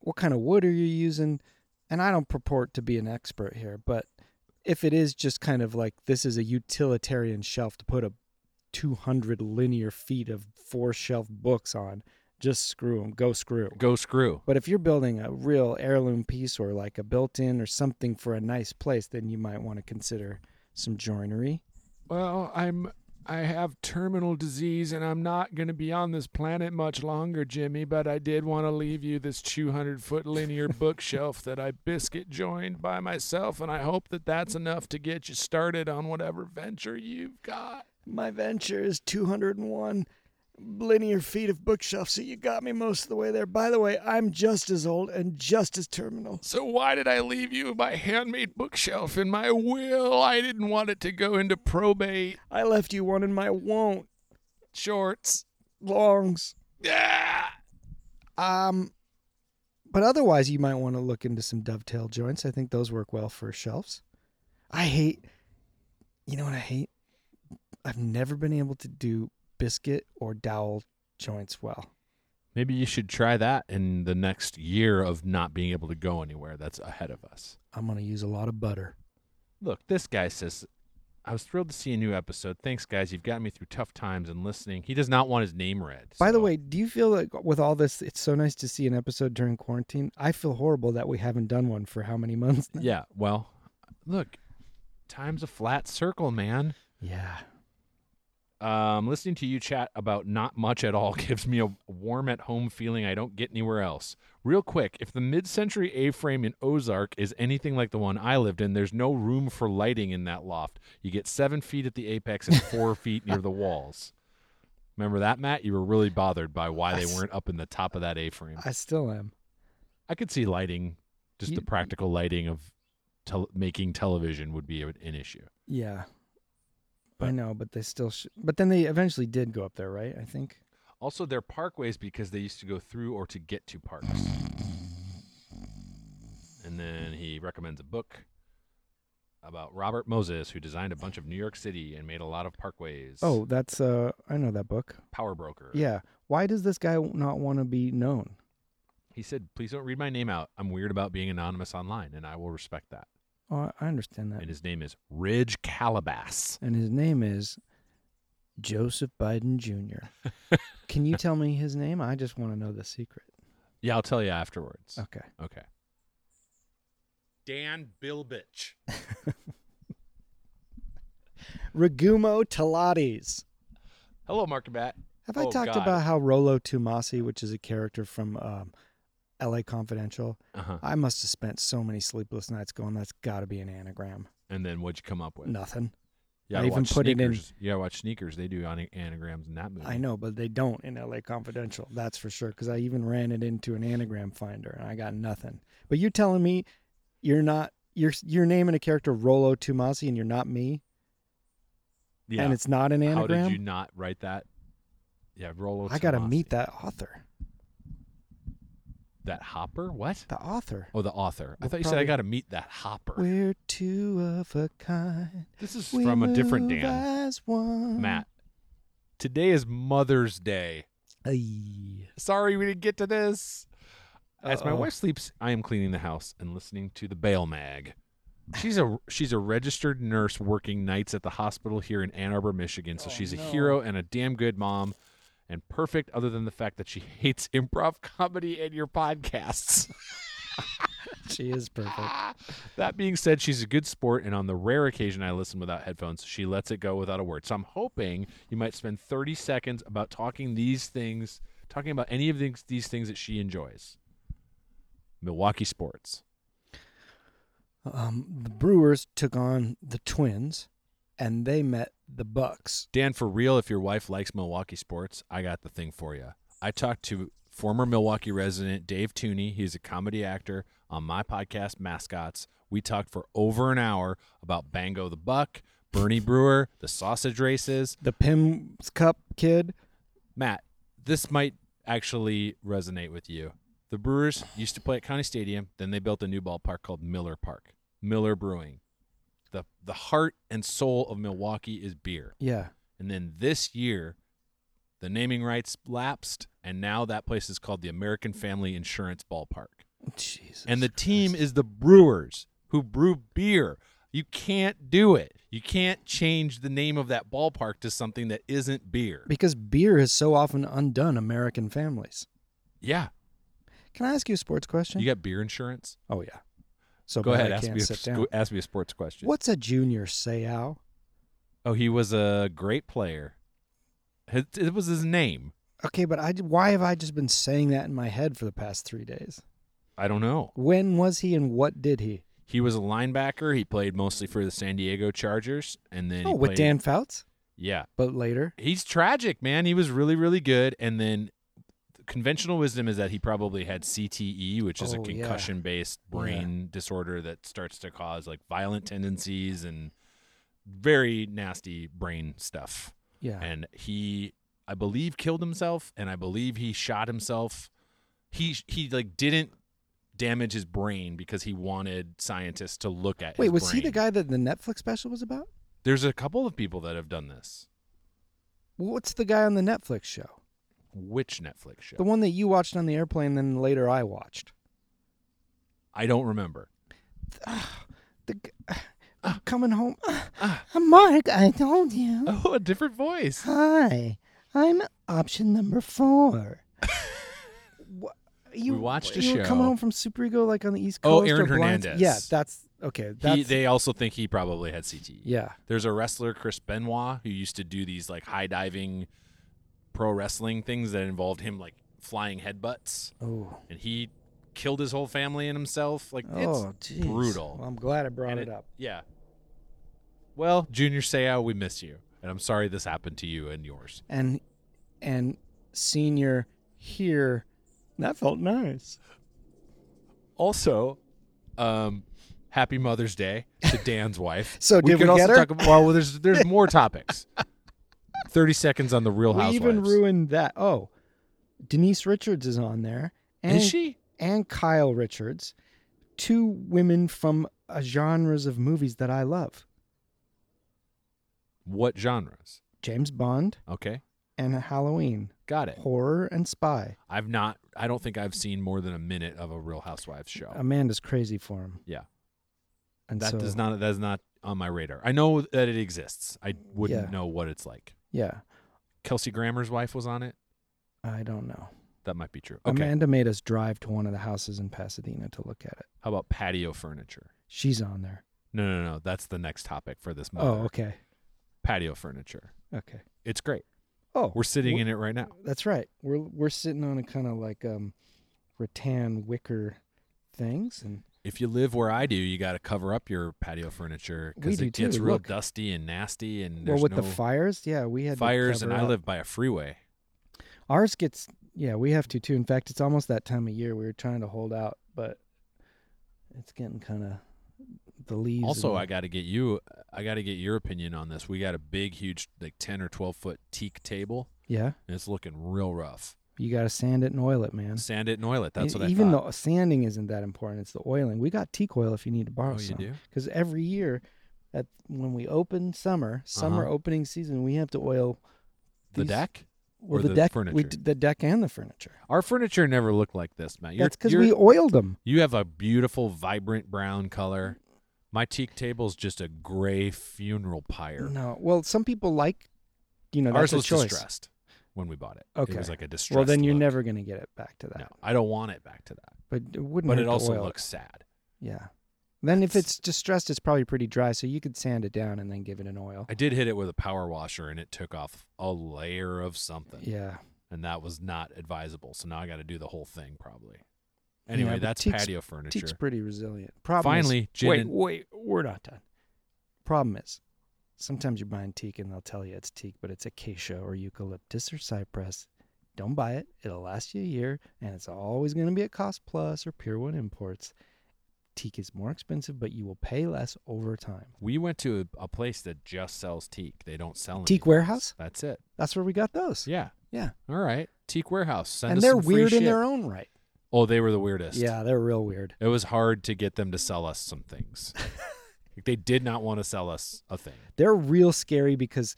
what kind of wood are you using? And I don't purport to be an expert here, but if it is just kind of like this is a utilitarian shelf to put a 200 linear feet of four shelf books on, just screw them, go screw. Go screw. But if you're building a real heirloom piece or like a built in or something for a nice place, then you might want to consider some joinery. Well, I'm I have terminal disease and I'm not going to be on this planet much longer, Jimmy, but I did want to leave you this 200-foot (laughs) linear bookshelf that I biscuit joined by myself and I hope that that's enough to get you started on whatever venture you've got. My venture is 201. linear feet of bookshelf, so you got me most of the way there. By the way, I'm just as old and just as terminal. So why did I leave you my handmade bookshelf in my will? I didn't want it to go into probate I left you one in my won't shorts. longs. Yeah. Um, but otherwise, you might want to look into some dovetail joints. I think those work well for shelves. I hate, you know what I hate? I've never been able to do biscuit or dowel joints well. Maybe you should try that in the next year of not being able to go anywhere that's ahead of us. I'm going to use a lot of butter. Look, this guy says, I was thrilled to see a new episode. Thanks, guys. You've gotten me through tough times and listening. He does not want his name read. By the so- way, do you feel like with all this, it's so nice to see an episode during quarantine? I feel horrible that we haven't done one for how many (laughs) months now? Yeah, well, look, time's a flat circle, man. Yeah. Um, listening to you chat about not much at all (laughs) gives me a warm at home feeling I don't get anywhere else. Real quick, if the mid century A frame in Ozark is anything like the one I lived in, there's no room for lighting in that loft. You get seven feet at the apex and four feet near the walls. Remember that, Matt? You were really bothered by why they I s- weren't up in the top of that A frame. I still am. I could see lighting, just You- the practical lighting of tel- making television would be an an issue. Yeah. I But- know, but they still, sh- but then they eventually did go up there, right? I think. Also, they're parkways because they used to go through or to get to parks. And then he recommends a book about Robert Moses, who designed a bunch of New York City and made a lot of parkways. Oh, that's uh, I know that book. Power Broker. Yeah. Why does this guy not want to be known? He said, please don't read my name out. I'm weird about being anonymous online, and I will respect that. Oh, I- I understand that. And his name is Ridge Calabas. And his name is Joseph Biden (laughs) Jr. Can you tell me his name? I just want to know the secret. Yeah, I'll tell you afterwards. Okay. Okay. Dan Bilbich. Ragumo Talates. Hello, Mark and Matt. Have I Oh, talked God. about how Rolo Tomasi, which is a character from um, L.A. Confidential, Uh-huh. I must have spent so many sleepless nights going, "That's got to be an anagram." And then what'd you come up with? Nothing. Yeah, I even put it in- Yeah, watch sneakers. They do ana- anagrams in that movie. I know, but they don't in LA Confidential. That's for sure. Because I even ran it into an anagram finder and I got nothing. But you're telling me you're not you're you're naming a character Rolo Tomasi and you're not me, Yeah. and it's not an How anagram. did you not write that? Yeah, Rolo. I gotta Tomasi. meet that author. that Hopper. What? The author. Oh, the author. I We'll thought you said I probably- gotta meet that Hopper. We're two of a kind. this is We from a different move Dan. as one. Matt. Today is Mother's Day. Ay. Sorry we didn't get to this. As my Uh-oh. wife sleeps, I am cleaning the house and listening to the bail mag. She's a she's a registered nurse working nights at the hospital here in Ann Arbor, Michigan. So Oh, she's a no. hero and a damn good mom and perfect other than the fact that she (laughs) hates improv comedy and your podcasts. She is perfect. (laughs) that being said, she's a good sport and on the rare occasion I listen without headphones, she lets it go without a word. So I'm hoping you might spend 30 seconds about talking these things, talking about any of these, these things that she enjoys. Milwaukee sports. Um, the Brewers took on the Twins, and they met the Bucks. Dan, for real, if your wife likes Milwaukee sports, I got the thing for you. I talked to former Milwaukee resident Dave Tooney. He's a comedy actor on my podcast, Mascots. We talked for over an hour about Bango the Buck, Bernie Brewer, the sausage races. The Pim's Cup kid. Matt, this might actually resonate with you. The Brewers used to play at County Stadium, then they built a new ballpark called Miller Park. Miller Brewing. The the heart and soul of Milwaukee is beer. Yeah. And then this year, the naming rights lapsed, and now that place is called the American Family Insurance Ballpark. Jesus. And the team is the Brewers, who brew beer. You can't do it. You can't change the name of that ballpark to something that isn't beer. because beer has so often undone American families. Yeah. Can I ask you a sports question? You got beer insurance? oh yeah. So Go bad ahead, I ask can't me, a, sit down. go- ask me a sports question. What's a junior Seau? Oh, he was a great player. His- It was his name. Okay, but I why have I just been saying that in my head for the past three days? I don't know. When was he and what did he? He was a linebacker. He played mostly for the San Diego Chargers, and then oh, he with played- Dan Fouts. Yeah. but later. He's tragic, man. He was really, really good. And then conventional wisdom is that he probably had CTE, which is a Oh, yeah. concussion based brain disorder that starts to cause like violent tendencies and very nasty brain stuff. Yeah. And he, I believe, killed himself and I believe he shot himself. He, he like didn't damage his brain because he wanted scientists to look at Wait, his was he the brain. guy that the Netflix special was about? There's a couple of people that have done this. What's the guy on the Netflix show? Which Netflix show? The one that you watched on the airplane, then later I watched. I don't (laughs) remember. The g- (sighs) I'm coming home. (sighs) I'm Mark, I told you. Oh, a different voice. Hi, I'm option number four. Wha- You, We watched a you were coming show. home from Super Ego like on the East Oh, Coast. Aaron or Blinds- Hernandez. Yeah, that's okay. That's, He, they also think he probably had CTE. yeah. There's a wrestler, Chris Benoit, who used to do these like high diving pro wrestling things that involved him like flying headbutts, Oh, and he killed his whole family and himself. Like oh, it's jeez. brutal. Well, I'm glad I brought And it, up. Yeah. Well, Junior Seau, we miss you, and I'm sorry this happened to you and yours. And and senior here, that felt nice. Also, um, happy Mother's Day to Dan's wife. (laughs) So we did could we also get her? talk about. Well, there's there's more topics. Thirty seconds on the Real we Housewives. even ruined that. Oh, Denise Richards is on there, and Is she? and Kyle Richards, two women from uh, genres of movies that I love: What genres? James Bond Okay, and Halloween, got it. horror and spy. I've not. I don't think I've seen more than a minute of a Real Housewives show. Amanda's crazy for him. Yeah. and that Um, so, does not. That's not on my radar. I know that it exists. I wouldn't Yeah. know what it's like. Yeah, Kelsey Grammer's wife was on it. I don't know. That might be true. Okay. Amanda made us drive to one of the houses in Pasadena to look at it. How about patio furniture? She's on there. No, no, no. That's the next topic for this month. Oh, okay, Patio furniture. okay. It's great. Oh, We're sitting Wh- in it right now. That's right. We're we're sitting on a kind of like um rattan wicker things and if you live where I do, you got to cover up your patio furniture We because do it gets too, real look. dusty and nasty. And well there's with no the fires, yeah, we had to fires, and cover I up. live by a freeway. ours gets yeah, we have to too. In fact, it's almost that time of year we were trying to hold out, but it's getting kind of the leaves. Also, and- I got to get you. I got to get your opinion on this. We got a big, huge, like ten or twelve foot teak table, yeah, and it's looking real rough. you got to sand it and oil it, man. Sand it and oil it. That's E- what I even thought. the sanding isn't that important. It's the oiling. We got teak oil if you need to borrow oh, you some. do. because every year at when we open summer summer Uh-huh. opening season we have to oil The these- deck. well, Or the, the deck we furniture. d- the deck and the furniture Our furniture never looked like this, Matt. You're, that's because you're- we oiled them You have a beautiful, vibrant brown color. My teak table's just a gray funeral pyre. no well some people like you know Ours that's was a choice distressed when we bought it. Okay. It was like a distressed. well then you're look. never going to get it back to that No, I don't want it back to that. but it wouldn't But hurt it to also oil looks sad. yeah then if That's- it's distressed it's probably pretty dry so you could sand it down and then give it an oil I did hit it with a power washer and it took off a layer of something. yeah And that was not advisable. So now I got to do the whole thing probably. Yeah, Anyway, but that's teak's- patio furniture. teak's pretty resilient problem is- Finally, gin wait and- wait we're not done problem is sometimes you buy teak and they'll tell you it's teak but it's acacia or eucalyptus or cypress don't buy it it'll last you a year and it's always going to be at cost plus or pure one imports teak is more expensive but you will pay less over time we went to a, a place that just sells teak. They don't sell anything teak else. warehouse That's it. that's where we got those Yeah. yeah All right. Teak warehouse. Send and us they're some free weird in shit. their own right Oh, they were the weirdest. yeah they're real weird It was hard to get them to sell us some (laughs) things. Like, they did not want to sell us a thing. they're real scary because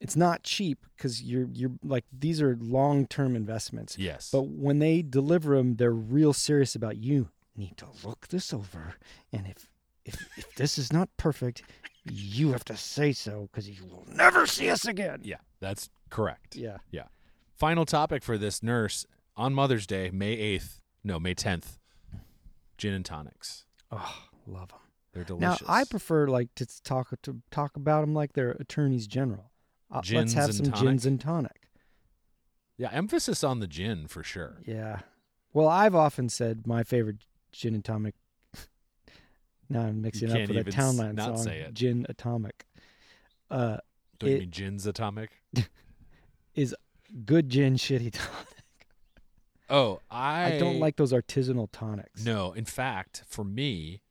it's not cheap because you're you're like these are long-term investments Yes. But when they deliver them, they're real serious about you need to look this over, and if if, if this is not perfect, you have to say so because you will never see us again. yeah, that's correct. Yeah, Final topic for this nurse on Mother's Day, May 8th. No, May 10th. Gin and tonics. oh, love them. They're Now delicious. I prefer like to talk to talk about them like they're attorneys general. Uh, let's Gins have and some tonic? gins and tonic. Yeah, emphasis on the gin for sure. Yeah. Well, I've often said my favorite gin and tonic. (laughs) now I'm mixing it up can't with a even town s- line not song. say it. Gin atomic. Uh, Don't you It- mean Jin's atomic? Good gin, shitty tonic. Oh, I I don't like (laughs) those artisanal tonics. No, in fact, for me,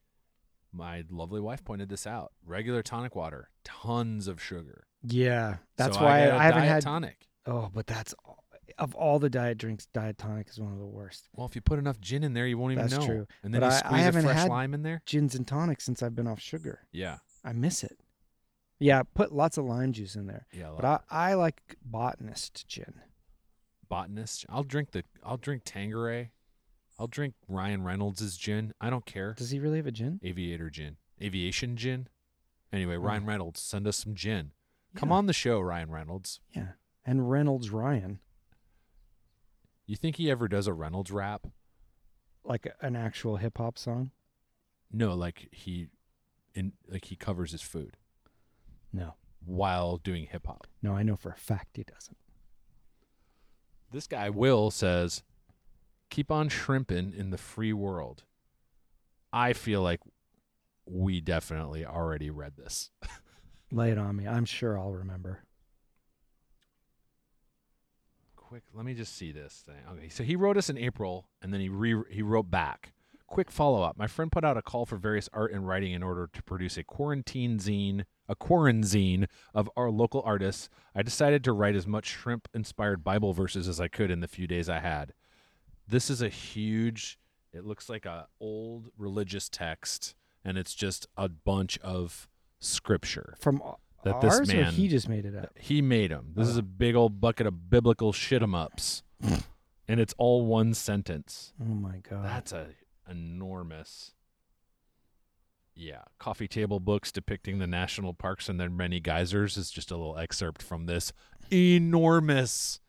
my lovely wife pointed this out. Regular tonic water, tons of sugar. Yeah, that's So why I, got a I, haven't diet had. tonic. oh, but that's of all the diet drinks, diet tonic is one of the worst. Well, if you put enough gin in there, you won't even That's know. true. And then But you I- I squeeze a haven't fresh had- lime in there. Gins and tonics since I've been off sugar. Yeah, I miss it. Yeah, put lots of lime juice in there. yeah. But I, I like botanist gin. botanist. I'll drink the. I'll drink Tangeray. I'll drink Ryan Reynolds' gin. I don't care. Does he really have a gin? Aviator gin. Aviation gin. Anyway, Mm. Ryan Reynolds, send us some gin. Come Yeah. on the show, Ryan Reynolds. Yeah. And Reynolds Ryan, You think he ever does a Reynolds rap? like a- an actual hip hop song? No, like he, in like he covers his food No. while doing hip hop. No, I know for a fact he doesn't. This guy Will says, "Keep on shrimping in the free world." I feel like we definitely already read this. Lay it on me. I'm sure I'll remember. Quick, let me just see this thing. Okay, so he wrote us in April, and then he re he wrote back. Quick follow up. My friend put out a call for various art and writing in order to produce a quarantine zine, a quarantine of our local artists. I decided to write as much shrimp inspired Bible verses as I could in the few days I had. This is a huge. It looks like a old religious text, and it's just a bunch of scripture. From o- That this ours or man- he just made it up? He made them. This is a big old bucket of biblical shit 'em ups, and it's all one sentence. Oh my god. That's a enormous. Yeah, coffee table books depicting the national parks and their many geysers is just a little excerpt from this enormous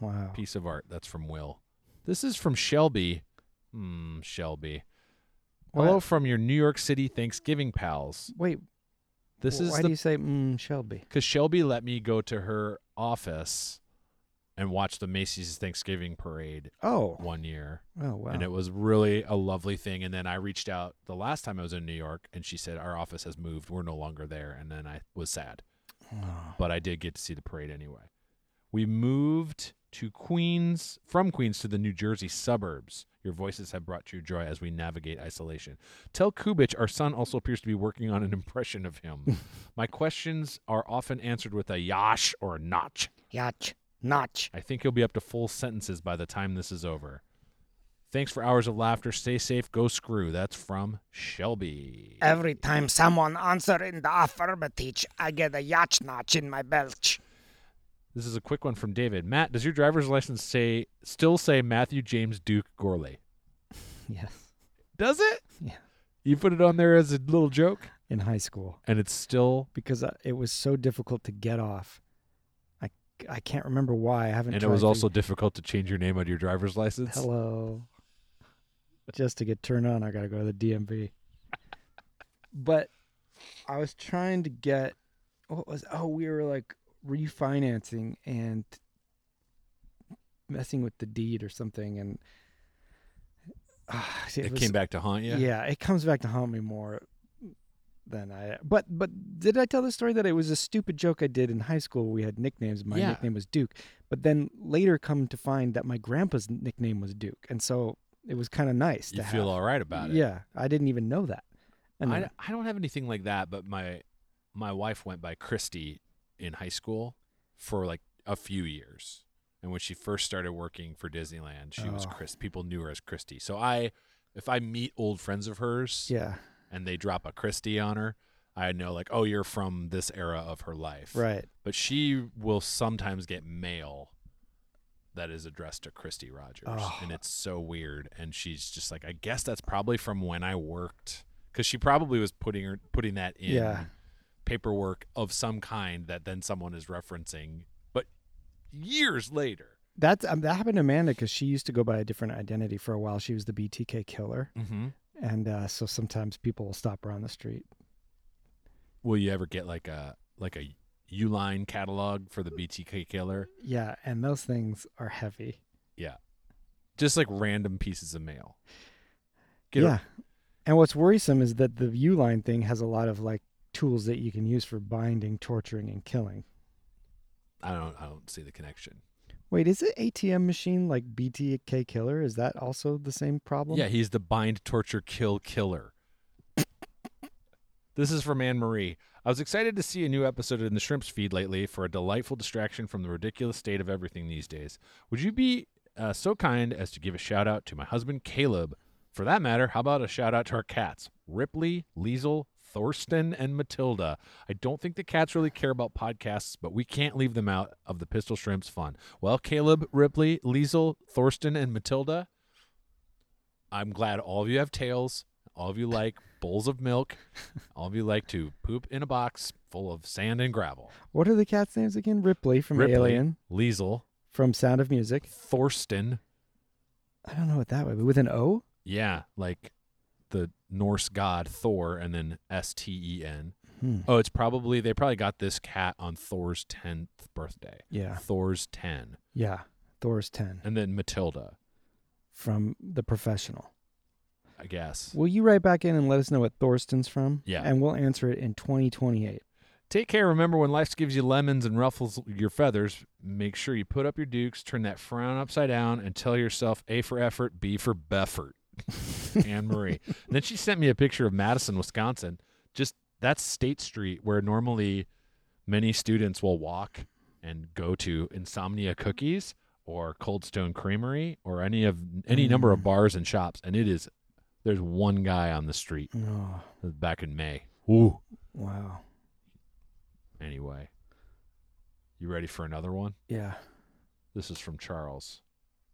wow. piece of art. That's from Will. This is from Shelby. Hmm, Shelby. Hello What? from your New York City Thanksgiving pals. Wait, This wh- is why the do you say mm, Shelby? because Shelby let me go to her office and watch the Macy's Thanksgiving parade Oh. one year. Oh wow. And it was really a lovely thing. And then I reached out the last time I was in New York and she said, Our office has moved. We're no longer there. And then I was sad. Oh. But I did get to see the parade anyway. We moved to Queens, from Queens to the New Jersey suburbs. Your voices have brought true joy as we navigate isolation. Tell Kubich our son also appears to be working on an (laughs) impression of him. My questions are often answered with a yash or a notch. Yatch. Notch. I think he'll be up to full sentences by the time this is over. Thanks for hours of laughter. Stay safe. Go screw. That's from Shelby. Every time someone answer in the affirmative, I get a yacht notch in my belch. This is a quick one from David. Matt, does your driver's license say still say Matthew James Duke Gourlay? Yes. Does it? Yeah. You put it on there as a little joke, In high school. and it's still because I, it was so difficult to get off. I, I can't remember why. I haven't. and it tried was for- also difficult to change your name on your driver's license. hello. Just to get turned on, I got to go to the DMV. But I was trying to get what was oh we were like refinancing and messing with the deed or something and (sighs) ah, It, was- came back to haunt you. yeah. it comes back to haunt me more than I. But but did I tell the story that it was a stupid joke I did in high school? We had nicknames. My Yeah. nickname was Duke, but then later come to find that my grandpa's nickname was Duke, and so it was kind of nice. You to feel have. all right about it. Yeah, I didn't even know that. And I, then- I don't have anything like that, but my my wife went by Christy in high school for like a few years. And when she first started working for Disneyland, she was Oh. Chris. People knew her as Christy. So I, if I meet old friends of hers yeah, and they drop a Christy on her, I know like, oh, you're from this era of her life. right. But she will sometimes get mail that is addressed to Christy Rogers, Oh. and it's so weird. And she's just like, I guess that's probably from when I worked, because she probably was putting her putting that in Yeah. paperwork of some kind that then someone is referencing, but years later. That's um, that happened to Amanda because she used to go by a different identity for a while. She was the BTK killer, Mm-hmm. and uh, so sometimes people will stop her on the street. Will you ever get like a like a Uline catalog for the BTK killer? Yeah, and those things are heavy. Just like random pieces of mail. Get a- yeah. And what's worrisome is that the Uline thing has a lot of like tools that you can use for binding, torturing, and killing. I don't. I don't see the connection. Wait, is it ATM machine like BTK killer? Is that also the same problem? Yeah, he's the bind, torture, kill killer. this is from Anne Marie. I was excited to see a new episode in the Shrimps feed lately for a delightful distraction from the ridiculous state of everything these days. Would you be uh, so kind as to give a shout out to my husband Caleb? For that matter, how about a shout out to our cats, Ripley, Liesel, Thorsten, and Matilda? I don't think the cats really care about podcasts, but we can't leave them out of the Pistol Shrimps fun. Well, Caleb, Ripley, Liesel, Thorsten, and Matilda, I'm glad all of you have tails. All of you (laughs) like bowls of milk. All of you like to poop in a box full of sand and gravel. What are the cat's names again? Ripley from Ripley, Alien, Liesel, from Sound of Music. Thorsten. I don't know what that would be. With an O? Yeah, like the Norse god Thor and then S T E N. Hmm. Oh, it's probably, they probably got this cat on Thor's 10th birthday. Yeah. Thor's 10. Yeah. Thor's 10 And then Matilda, from The Professional. I guess. Will you write back in and let us know what Thorsten's from? Yeah. And we'll answer it in 2028. Take care. Remember, when life gives you lemons and ruffles your feathers, make sure you put up your dukes, turn that frown upside down, and tell yourself A for effort, B for Beffort. Anne Marie. And then she sent me a picture of Madison, Wisconsin. Just that's State Street where normally many students will walk and go to Insomnia Cookies or Cold Stone Creamery or any of any number of bars and shops. And it is there's one guy on the street Oh, back in May. Ooh. wow. Anyway, you ready for another one? Yeah. This is from Charles.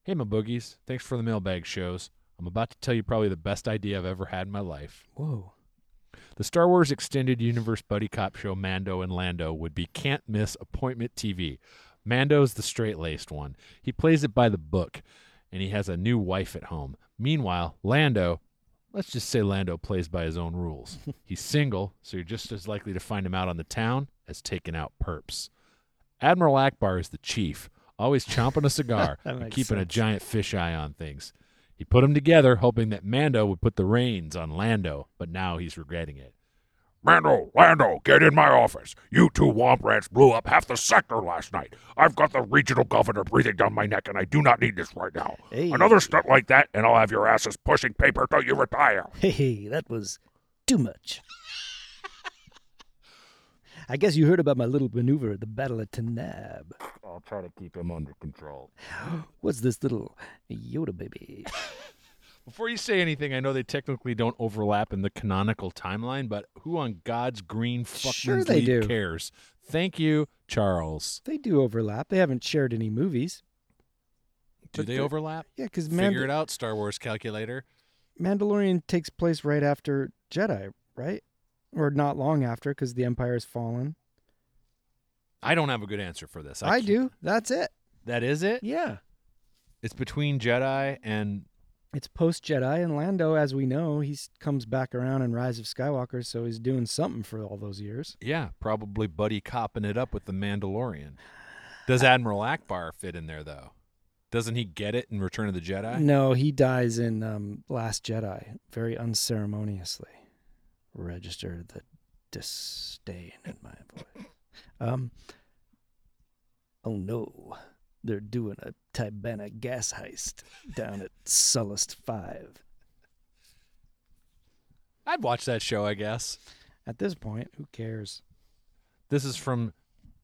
Hey, my boogies. Thanks for the mailbag shows. I'm about to tell you probably the best idea I've ever had in my life. Whoa. The Star Wars Extended Universe Buddy Cop show Mando and Lando would be can't miss appointment TV. Mando's the straight laced one. He plays it by the book, and he has a new wife at home. Meanwhile, Lando, let's just say Lando plays by his (laughs) own rules. He's single, so you're just as likely to find him out on the town as taking out perps. Admiral Akbar is the chief, always chomping a cigar (laughs) That and makes keeping a sense. giant fisheye on things. He put them together, hoping that Mando would put the reins on Lando, but now he's regretting it. Mando, Lando, get in my office. You two womp rats blew up half the sector last night. I've got the regional governor breathing down my neck, and I do not need this right now. Hey. Another stunt like that, and I'll have your asses pushing paper till you retire. Hey, that was too much. I guess you heard about my little maneuver, the Battle of Tanab. I'll try to keep him under control. (gasps) What's this little Yoda baby? Before you say anything, I know they technically don't overlap in the canonical timeline, but who on God's green fucking Sure they leaf do. cares? Thank you, Charles. They do overlap. They haven't shared any movies. Do But they the- overlap? Yeah, because Figure it out, Star Wars calculator. Mandalorian takes place right after Jedi, right? Or not long after, because the Empire has fallen. I don't have a good answer for this. I, can't- do. That's it. That is it. Yeah. It's between Jedi and It's post Jedi, and Lando, as we know, he s- comes back around in Rise of Skywalker, so he's doing something for all those years. yeah, probably buddy copping it up with the Mandalorian. Does Admiral Akbar fit in there though? Doesn't he get it in Return of the Jedi? No, he dies in um, Last Jedi very unceremoniously. Register the disdain in my voice. Um, oh no, they're doing a Tibana gas heist down at Sullust 5. I'd watch that show, I guess. At this point, who cares? This is from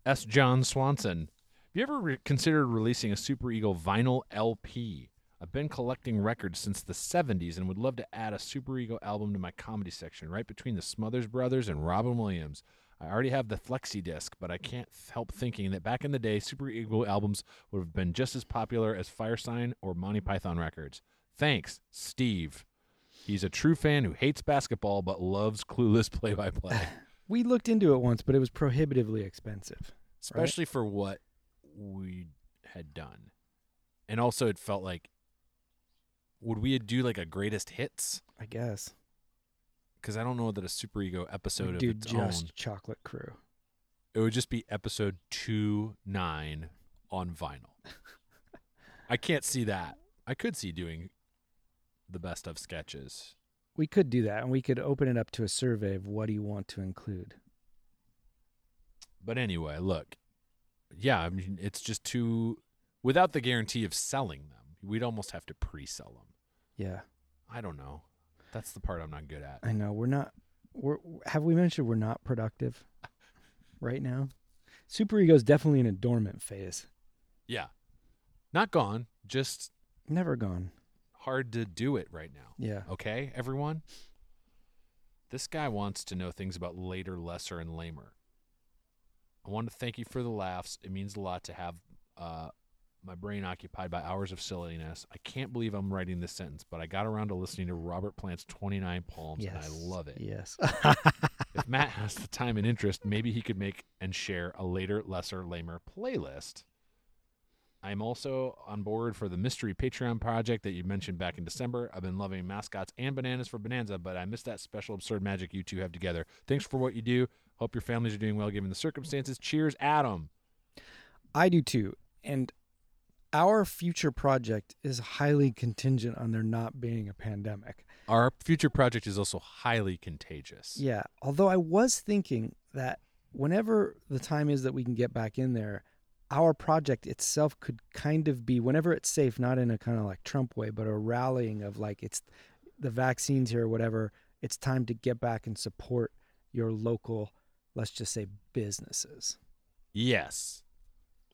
S. John Swanson. Have you ever re- considered releasing a Super Eagle vinyl LP? I've been collecting records since the 70s and would love to add a Super Eagle album to my comedy section, right between the Smothers Brothers and Robin Williams. I already have the flexi disc, but I can't th- help thinking that back in the day, Super Eagle albums would have been just as popular as Fire Sign or Monty Python records. Thanks, Steve. He's a true fan who hates basketball but loves clueless (laughs) play by play. We looked into it once, but it was prohibitively expensive. especially for what we had done. And also, it felt like would we do like a greatest hits? I guess. Because I don't know that a super ego episode We'd of do its just own. Chocolate Crew. It would just be episode two nine on vinyl. I can't see that. I could see doing the best of sketches. We could do that, and we could open it up to a survey of what do you want to include. But anyway, look, yeah, I mean, it's just too without the guarantee of selling them. We'd almost have to pre-sell them. Yeah, I don't know. That's the part I'm not good at. I know. We're not. We're have we mentioned we're not productive (laughs) right now? Superego is definitely in a dormant phase. Yeah, not gone, just Never gone. hard to do it right now. Yeah. Okay, everyone. This guy wants to know things about later, lesser, and lamer. I want to thank you for the laughs. It means a lot to have uh, my brain occupied by hours of silliness. I can't believe I'm writing this sentence, but I got around to listening to Robert Plant's 29 poems, and I love it. Yes. (laughs) If Matt has the time and interest, maybe he could make and share a later, lesser, lamer playlist. I'm also on board for the mystery Patreon project that you mentioned back in December. I've been loving mascots and bananas for Bonanza, but I miss that special absurd magic you two have together. Thanks for what you do. Hope your families are doing well given the circumstances. Cheers, Adam. I do too. And our future project is highly contingent on there not being a pandemic. Our future project is also highly contagious. Yeah. Although I was thinking that whenever the time is that we can get back in there, our project itself could kind of be, whenever it's safe, not in a kind of like Trump way, but a rallying of like, it's the vaccines here or whatever, it's time to get back and support your local, let's just say, businesses. Yes.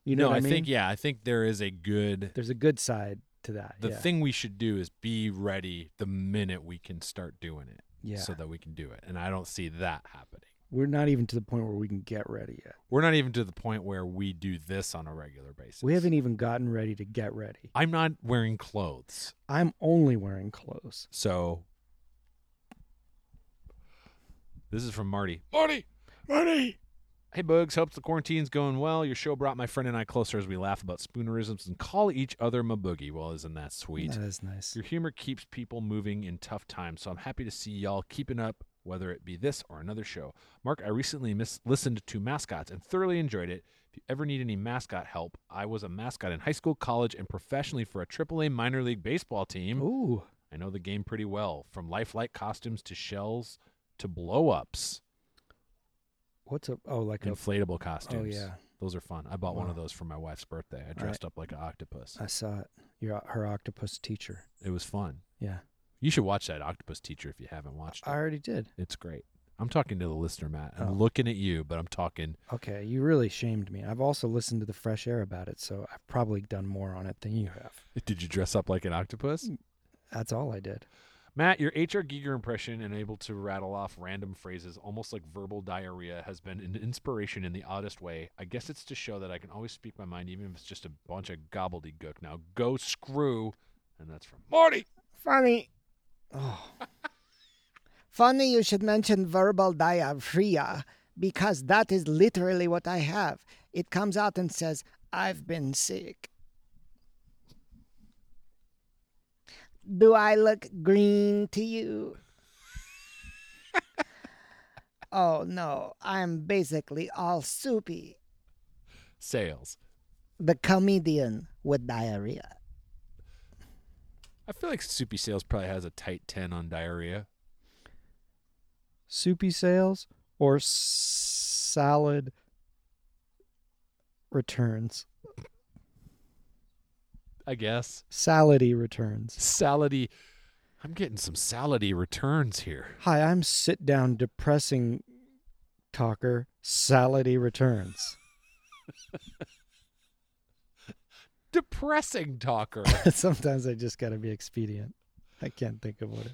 You know no, what I, I mean? think yeah, I think there is a good There's a good side to that. the yeah. thing we should do is be ready the minute we can start doing it Yeah. so that we can do it and i don't see that happening We're not even to the point where we can get ready yet. we're not even to the point where we do this on a regular basis We haven't e- even gotten ready to get ready. i'm not wearing clothes I'm only wearing clothes. so this is from marty Money! Money! Hey Bugs, hopes the quarantine's going well. Your show brought my friend and I closer as we laugh about spoonerisms and call each other my boogie. Well, isn't that sweet? That is nice. Your humor keeps people moving in tough times, so I'm happy to see y'all keeping up, whether it be this or another show. Mark, I recently mis- listened to Mascots and thoroughly enjoyed it. If you ever need any mascot help, I was a mascot in high school, college, and professionally for a AAA minor league baseball team. Ooh, I know the game pretty well, from lifelike costumes to shells to blow ups, what's a oh like a inflatable costumes. yeah. Those are fun. I bought one Wow. of those for my wife's birthday. I dressed up like an octopus. I saw it. Your her octopus teacher. It was fun. Yeah, You should watch that Octopus Teacher if you haven't watched it. I already did. It's great. I'm talking to the listener, Matt. I'm Oh. looking at you, but I'm talking. (laughs) Okay, you really shamed me. I've also listened to the fresh air about it, so I've probably done more on it than you have. Did you dress up like an octopus? That's all I did. Matt, your HR Giger impression and able to rattle off random phrases almost like verbal diarrhea has been an inspiration in the oddest way. I guess it's to show that I can always speak my mind, even if it's just a bunch of gobbledygook. Now go screw. And that's from. Money! Funny. Oh, Funny you should mention verbal diarrhea, because that is literally what I have. It comes out and says, I've been sick. Do I look green to you? oh no, I'm basically all soupy. Sales. The comedian with diarrhea. I feel like Soupy Sales probably has a tight 10 on diarrhea. soupy sales or s- salad returns. I guess. Salady returns. Salady. I'm getting some salady returns here. Hi, I'm sit down depressing talker. Salady returns. (laughs) Depressing talker. Sometimes I just got to be expedient. I can't think of what it.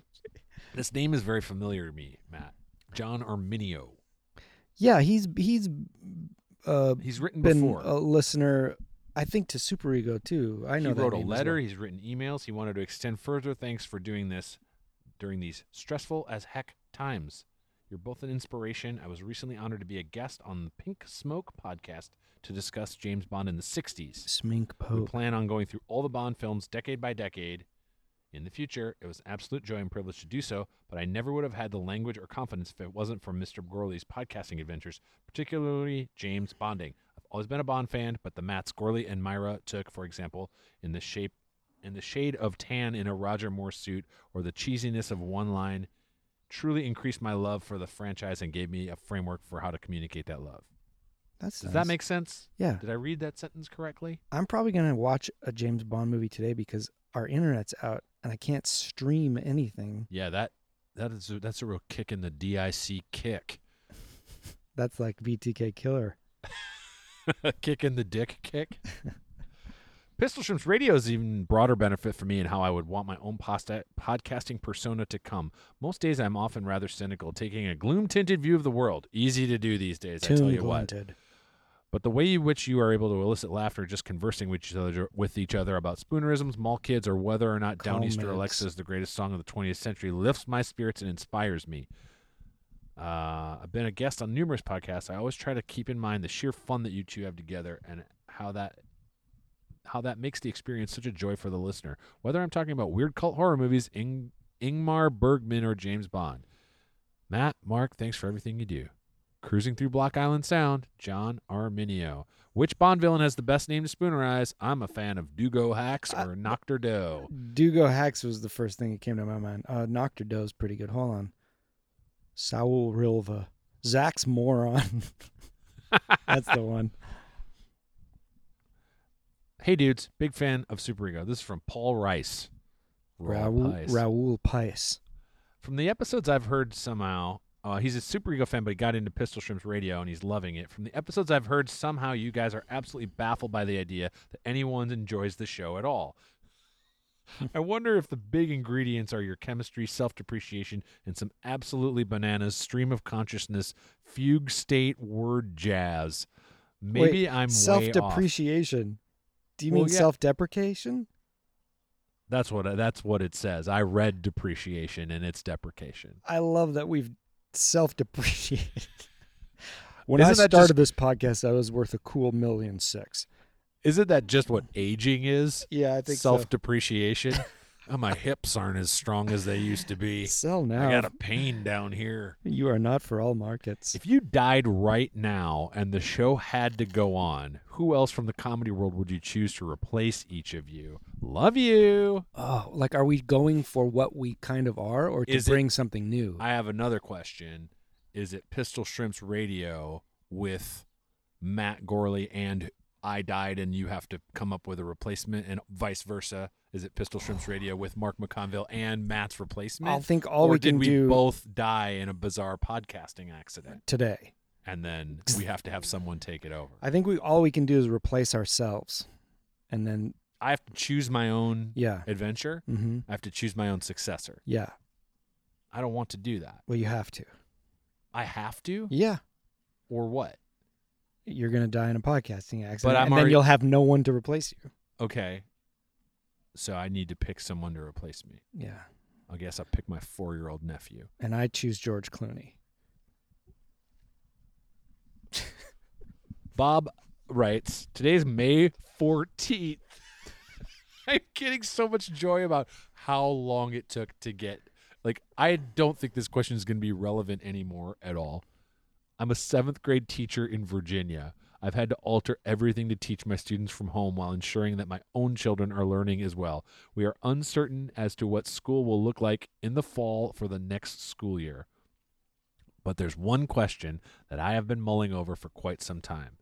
This name is very familiar to me, Matt. John Arminio. Yeah, he's he's uh, He's written been before. a listener. I think to Super Ego too. I know he that wrote a name as letter. well. He's written emails. He wanted to extend further thanks for doing this during these stressful as heck times. You're both an inspiration. I was recently honored to be a guest on the Pink Smoke podcast to discuss James Bond in the 60s. Smink We Pope. plan on going through all the Bond films decade by decade in the future. It was an absolute joy and privilege to do so, but I never would have had the language or confidence if it wasn't for Mr. Gorley's podcasting adventures, particularly James Bonding. I've always been a Bond fan, but the Matts Gorley and Myra took, for example, in the shape in the shade of tan in a Roger Moore suit or the cheesiness of one line truly increased my love for the franchise and gave me a framework for how to communicate that love. That's Does nice. that make sense? Yeah, Did I read that sentence correctly? I'm probably gonna watch a James Bond movie today because our internet's out and I can't stream anything. Yeah, that that is a, that's a real kick in the DIC kick. That's like BTK killer. kick in the dick kick. Pistol Shrimps Radio is even broader benefit for me and how I would want my own posta- podcasting persona to come. Most days I'm often rather cynical, taking a gloom tinted view of the world. Easy to do these days, I tell you what. blunted. But the way in which you are able to elicit laughter just conversing with each other with each other about spoonerisms, mall kids, or whether or not Downeaster Comics. Alexa is the greatest song of the 20th century lifts my spirits and inspires me. Uh, I've been a guest on numerous podcasts. I always try to keep in mind the sheer fun that you two have together and how that how that makes the experience such a joy for the listener. Whether I'm talking about weird cult horror movies, Ing- Ingmar Bergman, or James Bond. Matt, Mark, thanks for everything you do. Cruising through Block Island Sound, John Arminio. Which Bond villain has the best name to spoonerize? I'm a fan of Dugo Hacks or Nocter Doe. Dugo Hacks was the first thing that came to my mind. Uh, Noctur Doe's pretty good. Hold on. Saul Rilva. Zach's moron. (laughs) That's the one. Hey dudes, big fan of Super Ego. This is from Paul Rice. Raul, Rice. Raul Pice. From the episodes I've heard somehow, uh, he's a Super Ego fan, but he got into Pistol Shrimps Radio and he's loving it. From the episodes I've heard, somehow you guys are absolutely baffled by the idea that anyone enjoys the show at all. I wonder if the big ingredients are your chemistry, self depreciation, and some absolutely bananas stream of consciousness, fugue state word jazz. Maybe Wait, I'm self way off. depreciation. Do you Well, mean yeah. self deprecation? That's what that's what it says. I read depreciation and it's deprecation. I love that we've self depreciated. when I Isn't that started just- this podcast, I was worth a cool million six. Isn't that just what aging is? Yeah, I think self depreciation. oh, my hips aren't as strong as they used to so. (laughs) be. Sell I now. got a pain down here. You are not for all markets. If you died right now and the show had to go on, who else from the comedy world would you choose to replace each of you? Love you. Oh, like are we going for what we kind of are or to Is it- bring something new? I have another question. Is it Pistol Shrimps Radio with Matt Gorley and I died and you have to come up with a replacement and vice versa? Is it Pistol Shrimps Radio with Mark McConville and Matt's replacement? I think all or we did can we do both die in a bizarre podcasting accident today. and then we have to (laughs) have someone take it over I think we all we can do is replace ourselves. And then i have to choose my own yeah. adventure Mm-hmm. i have to choose my own successor Yeah. i don't want to do that Well, you have to. i have to Yeah. or what You're going to die in a podcasting accident I'm and then already- you'll have no one to replace you. okay so i need to pick someone to replace me Yeah. i guess i'll pick my four-year-old nephew And I choose George Clooney. bob writes today's may 14th (laughs) i'm getting so much joy about how long it took to get like i don't think this question is going to be relevant anymore at all i'm a seventh grade teacher in virginia i've had to alter everything to teach my students from home while ensuring that my own children are learning as well we are uncertain as to what school will look like in the fall for the next school year but there's one question that i have been mulling over for quite some time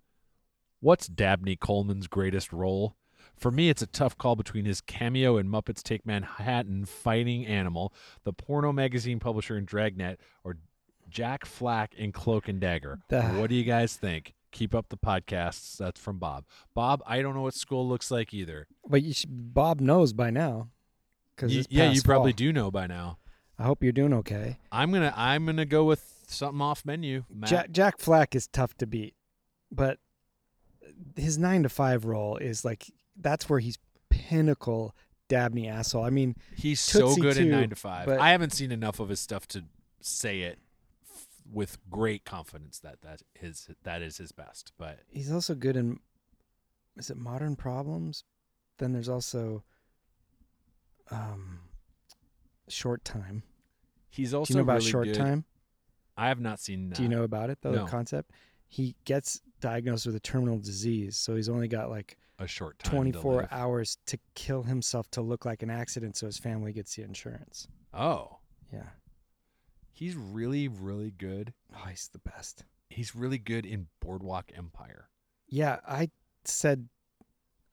what's dabney coleman's greatest role for me, it's a tough call between his cameo in Muppets Take Manhattan Fighting Animal, the porno magazine publisher in Dragnet, or Jack Flack in Cloak and Dagger. The- What do you guys think? Keep up the podcasts. That's from Bob. Bob, I don't know what school looks like either. But you should, Bob knows by now. Cuz You- yeah, you probably do know by now. I hope you're doing okay. I'm gonna I'm gonna go with something off menu. Matt. Jack, Jack Flack is tough to beat, but his nine to five role is like that's where he's pinnacle Dabney asshole. I mean, He's Tootsie so good too, in Nine to Five. but- I haven't seen enough of his stuff to say it f- with great confidence that that his that is his best. But he's also good in is it Modern Problems? Then there's also um, Short Time. he's Do also you know about really Short good- Time? I have not seen. That. Do you know about it though? The No. concept. He gets diagnosed with a terminal disease, so he's only got like a short time? to 24 live. hours to kill himself to look like an accident, so his family gets the insurance. Oh, Yeah. he's really really good. Oh, he's the best. he's really good in Boardwalk Empire. Yeah, I said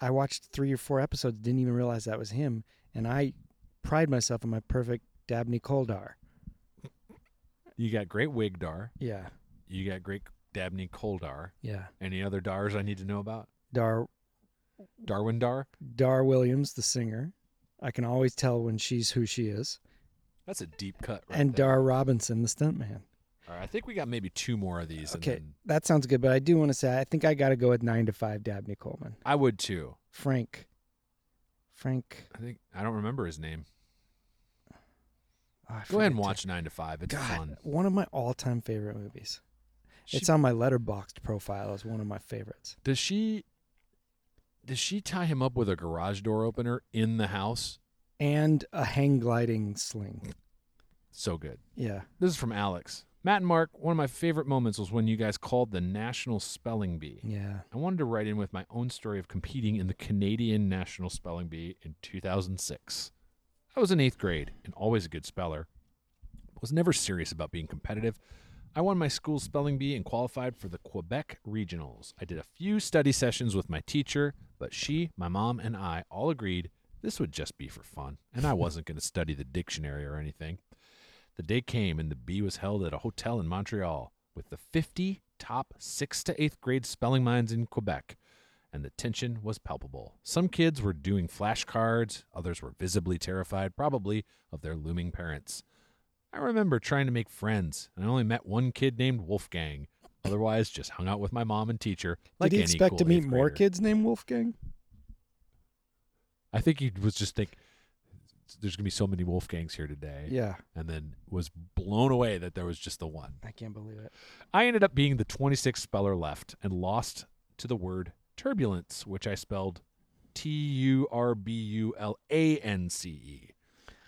I watched three or four episodes, didn't even realize that was him, and I pride myself on my perfect Dabney Coldar. You got great wig dar. Yeah, You got great Dabney Coldar. yeah. Any other Dars I need to know about? Dar Darwin Dar? Dar Williams, the singer. I can always tell when she's who she is. That's a deep cut. Right and there. Dar Robinson, the stuntman. All right, I think we got maybe two more of these. Okay, And then that sounds good, but I do want to say I think I got to go with nine to five Dabney Coleman. I would too. Frank. Frank. I think I don't remember his name. oh, I Go ahead forget and watch Nine to Five. It's to- God, fun. one of my all-time favorite movies. She- it's on my letterboxed profile as one of my favorites. Does she? Does she tie him up with a garage door opener in the house? And a hang gliding sling. So good. Yeah. This is from Alex. Matt and Mark, one of my favorite moments was when you guys called the National Spelling Bee. Yeah. I wanted to write in with my own story of competing in the Canadian National Spelling Bee in 2006. I was in eighth grade and always a good speller. Was never serious about being competitive. I won my school spelling bee and qualified for the Quebec Regionals. I did a few study sessions with my teacher, but she, my mom, and I all agreed this would just be for fun, and I wasn't going to study the dictionary or anything. The day came and the bee was held at a hotel in Montreal with the 50 top 6th to 8th grade spelling minds in Quebec, and the tension was palpable. Some kids were doing flashcards, others were visibly terrified, probably of their looming parents. I remember trying to make friends, and I only met one kid named Wolfgang. Otherwise, just hung out with my mom and teacher. Like Did you any expect cool to meet eighth more grader. kids named Wolfgang? I think he was just think there's gonna be so many Wolfgangs here today, Yeah. and then was blown away that there was just the one. I can't believe it. I ended up being the 26th speller left and lost to the word turbulence, which I spelled T U R B U L A N C E.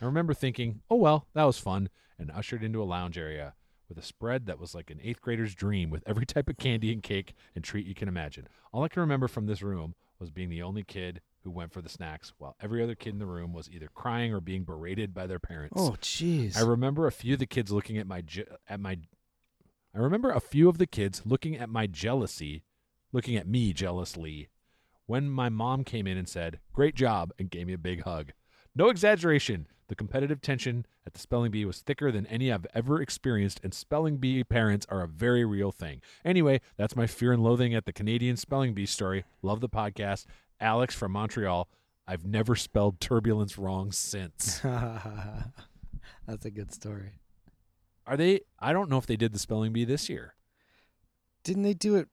I remember thinking, oh, well, that was fun, and ushered into a lounge area with a spread that was like an eighth grader's dream with every type of candy and cake and treat you can imagine. All I can remember from this room was being the only kid who went for the snacks while every other kid in the room was either crying or being berated by their parents. Oh, jeez. I remember a few of the kids looking at my je- at my. I remember a few of the kids looking at my jealousy, looking at me jealously, when my mom came in and said, "Great job," and gave me a big hug. No exaggeration. The competitive tension at the spelling bee was thicker than any I've ever experienced, and spelling bee parents are a very real thing. Anyway, that's my fear and loathing at the Canadian spelling bee story. Love the podcast, Alex from Montreal. I've never spelled turbulence wrong since. (laughs) That's a good story. Are they? I don't know if they did the spelling bee this year. Didn't they do it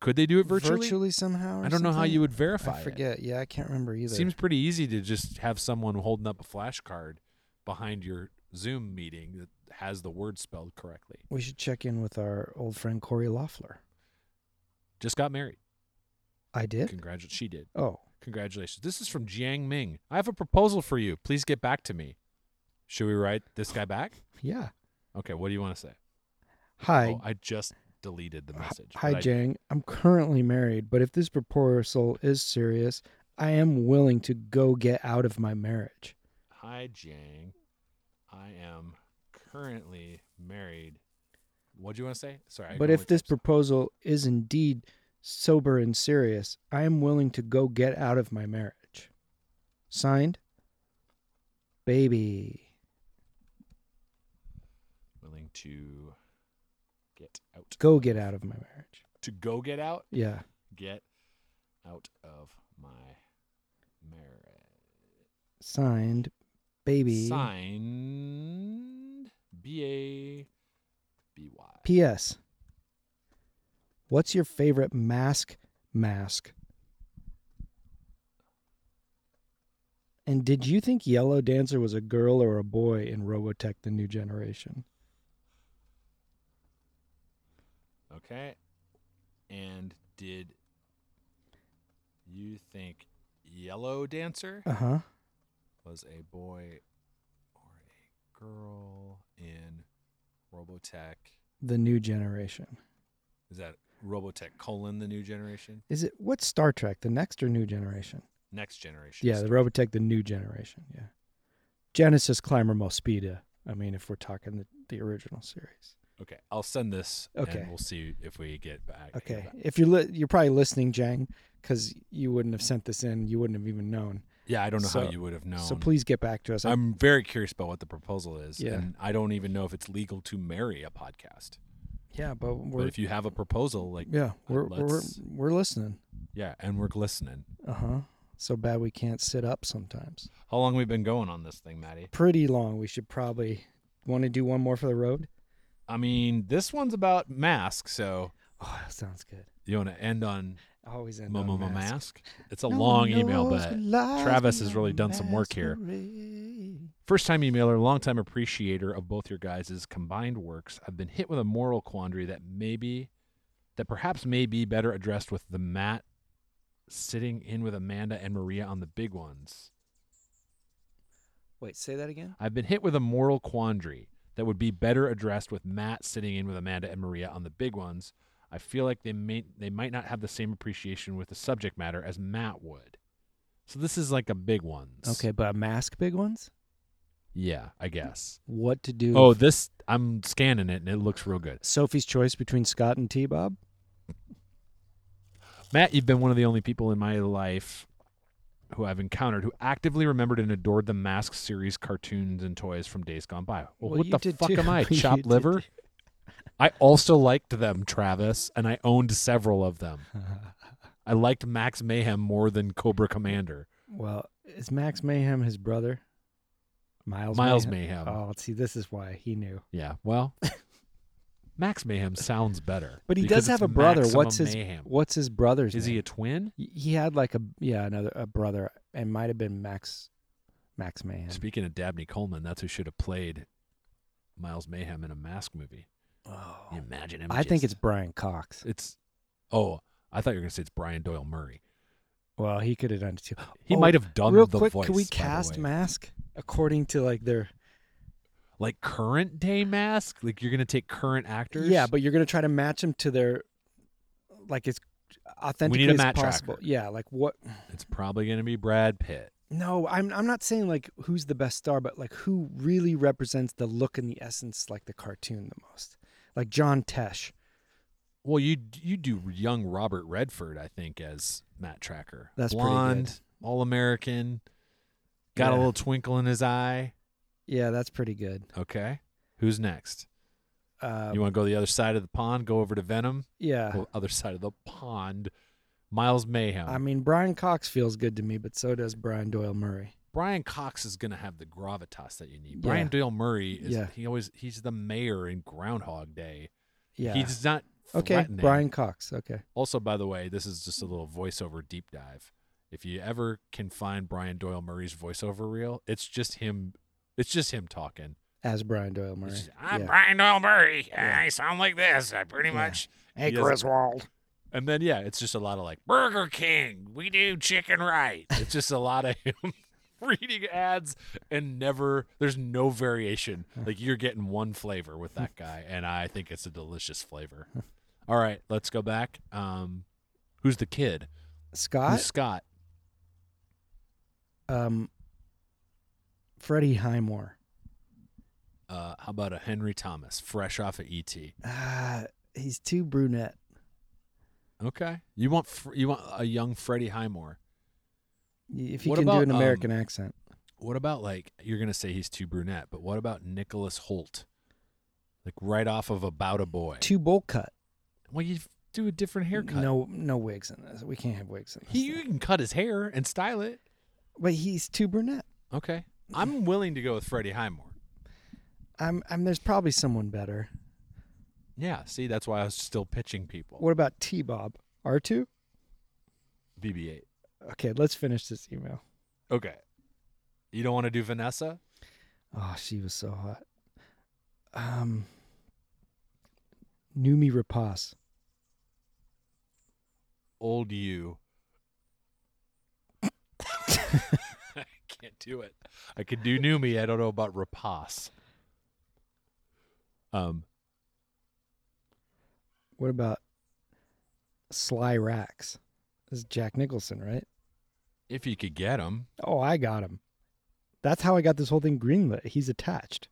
Could they do it virtually? somehow? or I don't know how something? you would verify. I it. forget. Yeah, I can't remember either. Seems pretty easy to just have someone holding up a flashcard behind your Zoom meeting that has the word spelled correctly. we should check in with our old friend Corey Loeffler. Just got married. I did. Congratulations. She did. Oh, Congratulations. This is from Jiang Ming. I have a proposal for you. Please get back to me. Should we write this guy back? yeah. Okay. What do you want to say? Hi, oh, I just deleted the h- message. hi, but I- Jang. I'm currently married, but if this proposal is serious, I am willing to go get out of my marriage. Hi, Jang. I am currently married. What do you want to say? Sorry. I but can if only this type stuff. proposal is indeed sober and serious, I am willing to go get out of my marriage. Signed, baby. willing to get out, Go get out of my marriage. to go get out, Yeah. get out of my marriage. Signed, baby. Signed B A B Y. P.S. What's your favorite mask mask? And did you think Yellow Dancer was a girl or a boy in Robotech the New Generation? Okay. And did you think Yellow Dancer? Uh huh. was a boy or a girl in Robotech. The New Generation. Is that Robotech colon the new generation? Is it what's Star Trek, the next or New Generation? Next generation. Yeah, the Robotech, the New Generation. Yeah. Genesis Climber Mospeda. I mean, if we're talking the, the original series. Okay, I'll send this. Okay. and we'll see if we get back. hear Okay. back. If you're li- you're probably listening, Jang, because you wouldn't have sent this in. You wouldn't have even known. Yeah, I don't know how So- you would have known. So please get back to us. I- I'm very curious about what the proposal is, Yeah. and I don't even know if it's legal to marry a podcast. yeah, but we're But if you have a proposal, like yeah we're we're let's- we're listening. yeah, and we're glistening. Uh huh. So bad we can't sit up sometimes. How long we been going on this thing, Maddie? Pretty long. We should probably want to do one more for the road. I mean, this one's about mask, so Oh, that sounds good. you want to end on I always end Mama on mask. masks. mask. It's a long email, but Travis has really done some work here. First time emailer, long time appreciator of both your guys' combined works. I've been hit with a moral quandary that maybe, that perhaps may be better addressed with the Matt sitting in with Amanda and Maria on the big ones. Wait, say that again. I've been hit with a moral quandary that would be better addressed with Matt sitting in with Amanda and Maria on the big ones. I feel like they may they might not have the same appreciation with the subject matter as Matt would. So this is like a big ones. Okay, but mask big ones. Yeah, I guess. What to do? Oh, this I'm scanning it and it looks real good. Sophie's choice between Scott and T. Bob. Matt, you've been one of the only people in my life who I've encountered who actively remembered and adored the Mask series cartoons and toys from days gone by. Well, Well, what you the did fuck too. am I? (laughs) You Chopped did liver? I also liked them, Travis, and I owned several (laughs) of them. I liked Max Mayhem more than Cobra Commander. Well, is Max Mayhem his brother? Miles. Miles Mayhem. Oh, see, this is why he knew. Yeah, well, (laughs) Max Mayhem sounds better. But he does because have a it's brother. Maximum What's his Mayhem. What's his brother's? Is he name? a twin? he? He had like a yeah another a brother. It might have been Max. Max Mayhem. Speaking of Dabney Coleman, that's who should have played Miles Mayhem in a Mask movie. Oh. Can you Imagine him. I think it's just- Brian Cox. it's. Oh, I thought you were gonna say it's Brian Doyle Murray. Well, he could have done it too. He Oh, might have done Real the quick, voice. can we by the cast way. Mask according to like their? like current day Mask? Like you're gonna take current actors? Yeah, but you're gonna try to match them to their, like it's authentically as Matt possible. Tracker. Yeah, like what? it's probably gonna be Brad Pitt. No, I'm I'm not saying like who's the best star, but like who really represents the look and the essence, like the cartoon the most. Like John Tesh. Well, you you do young Robert Redford, I think, as Matt Tracker. That's pretty good. blonde, all American, got a Yeah. little twinkle in his eye. Yeah, that's pretty good. Okay, who's next? Uh, you want to go the other side of the pond? Go over to Venom. yeah, Well, other side of the pond, Miles Mayhem. I mean Brian Cox feels good to me, but so does Brian Doyle Murray. Brian Cox is going to have the gravitas that you need. Yeah. Brian Doyle Murray is Yeah. he always he's the mayor in Groundhog Day. Yeah. He's not okay, threatening. Brian Cox. Okay. Also, by the way, this is just a little voiceover deep dive. If you ever can find Brian Doyle Murray's voiceover reel, it's just him. It's just him talking. As Brian Doyle Murray. It's just, Yeah. Brian Doyle Murray. Yeah. I sound like this, uh, pretty Yeah. much. He Hey, is- Griswold. And then yeah, it's just a lot of like Burger King. We do chicken right. It's just a lot of (laughs) him reading ads and never there's no variation. Like you're getting one flavor with that guy and I think it's a delicious flavor. (laughs) All right, let's go back. Um who's the kid? Scott. Who's Scott? Um. Freddie Highmore. Uh how about a Henry Thomas fresh off of E ET? Ah, he's too brunette. Okay. You want fr- you want a young Freddie Highmore. If he What can about, do an um, American accent. What about like you're going to say he's too brunette, but what about Nicholas Holt? Like right off of About a Boy. Too bowl cut. well, you do a different haircut. No, no wigs in this. We can't have wigs in this. He you thing. can cut his hair and style it. but he's too brunette. (laughs) Okay. I'm willing to go with Freddie Highmore. I'm, I'm. There's probably someone better. Yeah, see, that's why I was still pitching people. What about T. Bob R two? BB 8. Okay, let's finish this email. Okay. You don't want to do Vanessa? Oh, she was so hot. Um, Numi Rapace. Old you. (laughs) I can't do it. I could do Numi. I don't know about Rapace. Um, What about Sly Rax? This is Jack Nicholson, right? if you could get him, Oh, I got him. That's how I got this whole thing greenlit. He's attached.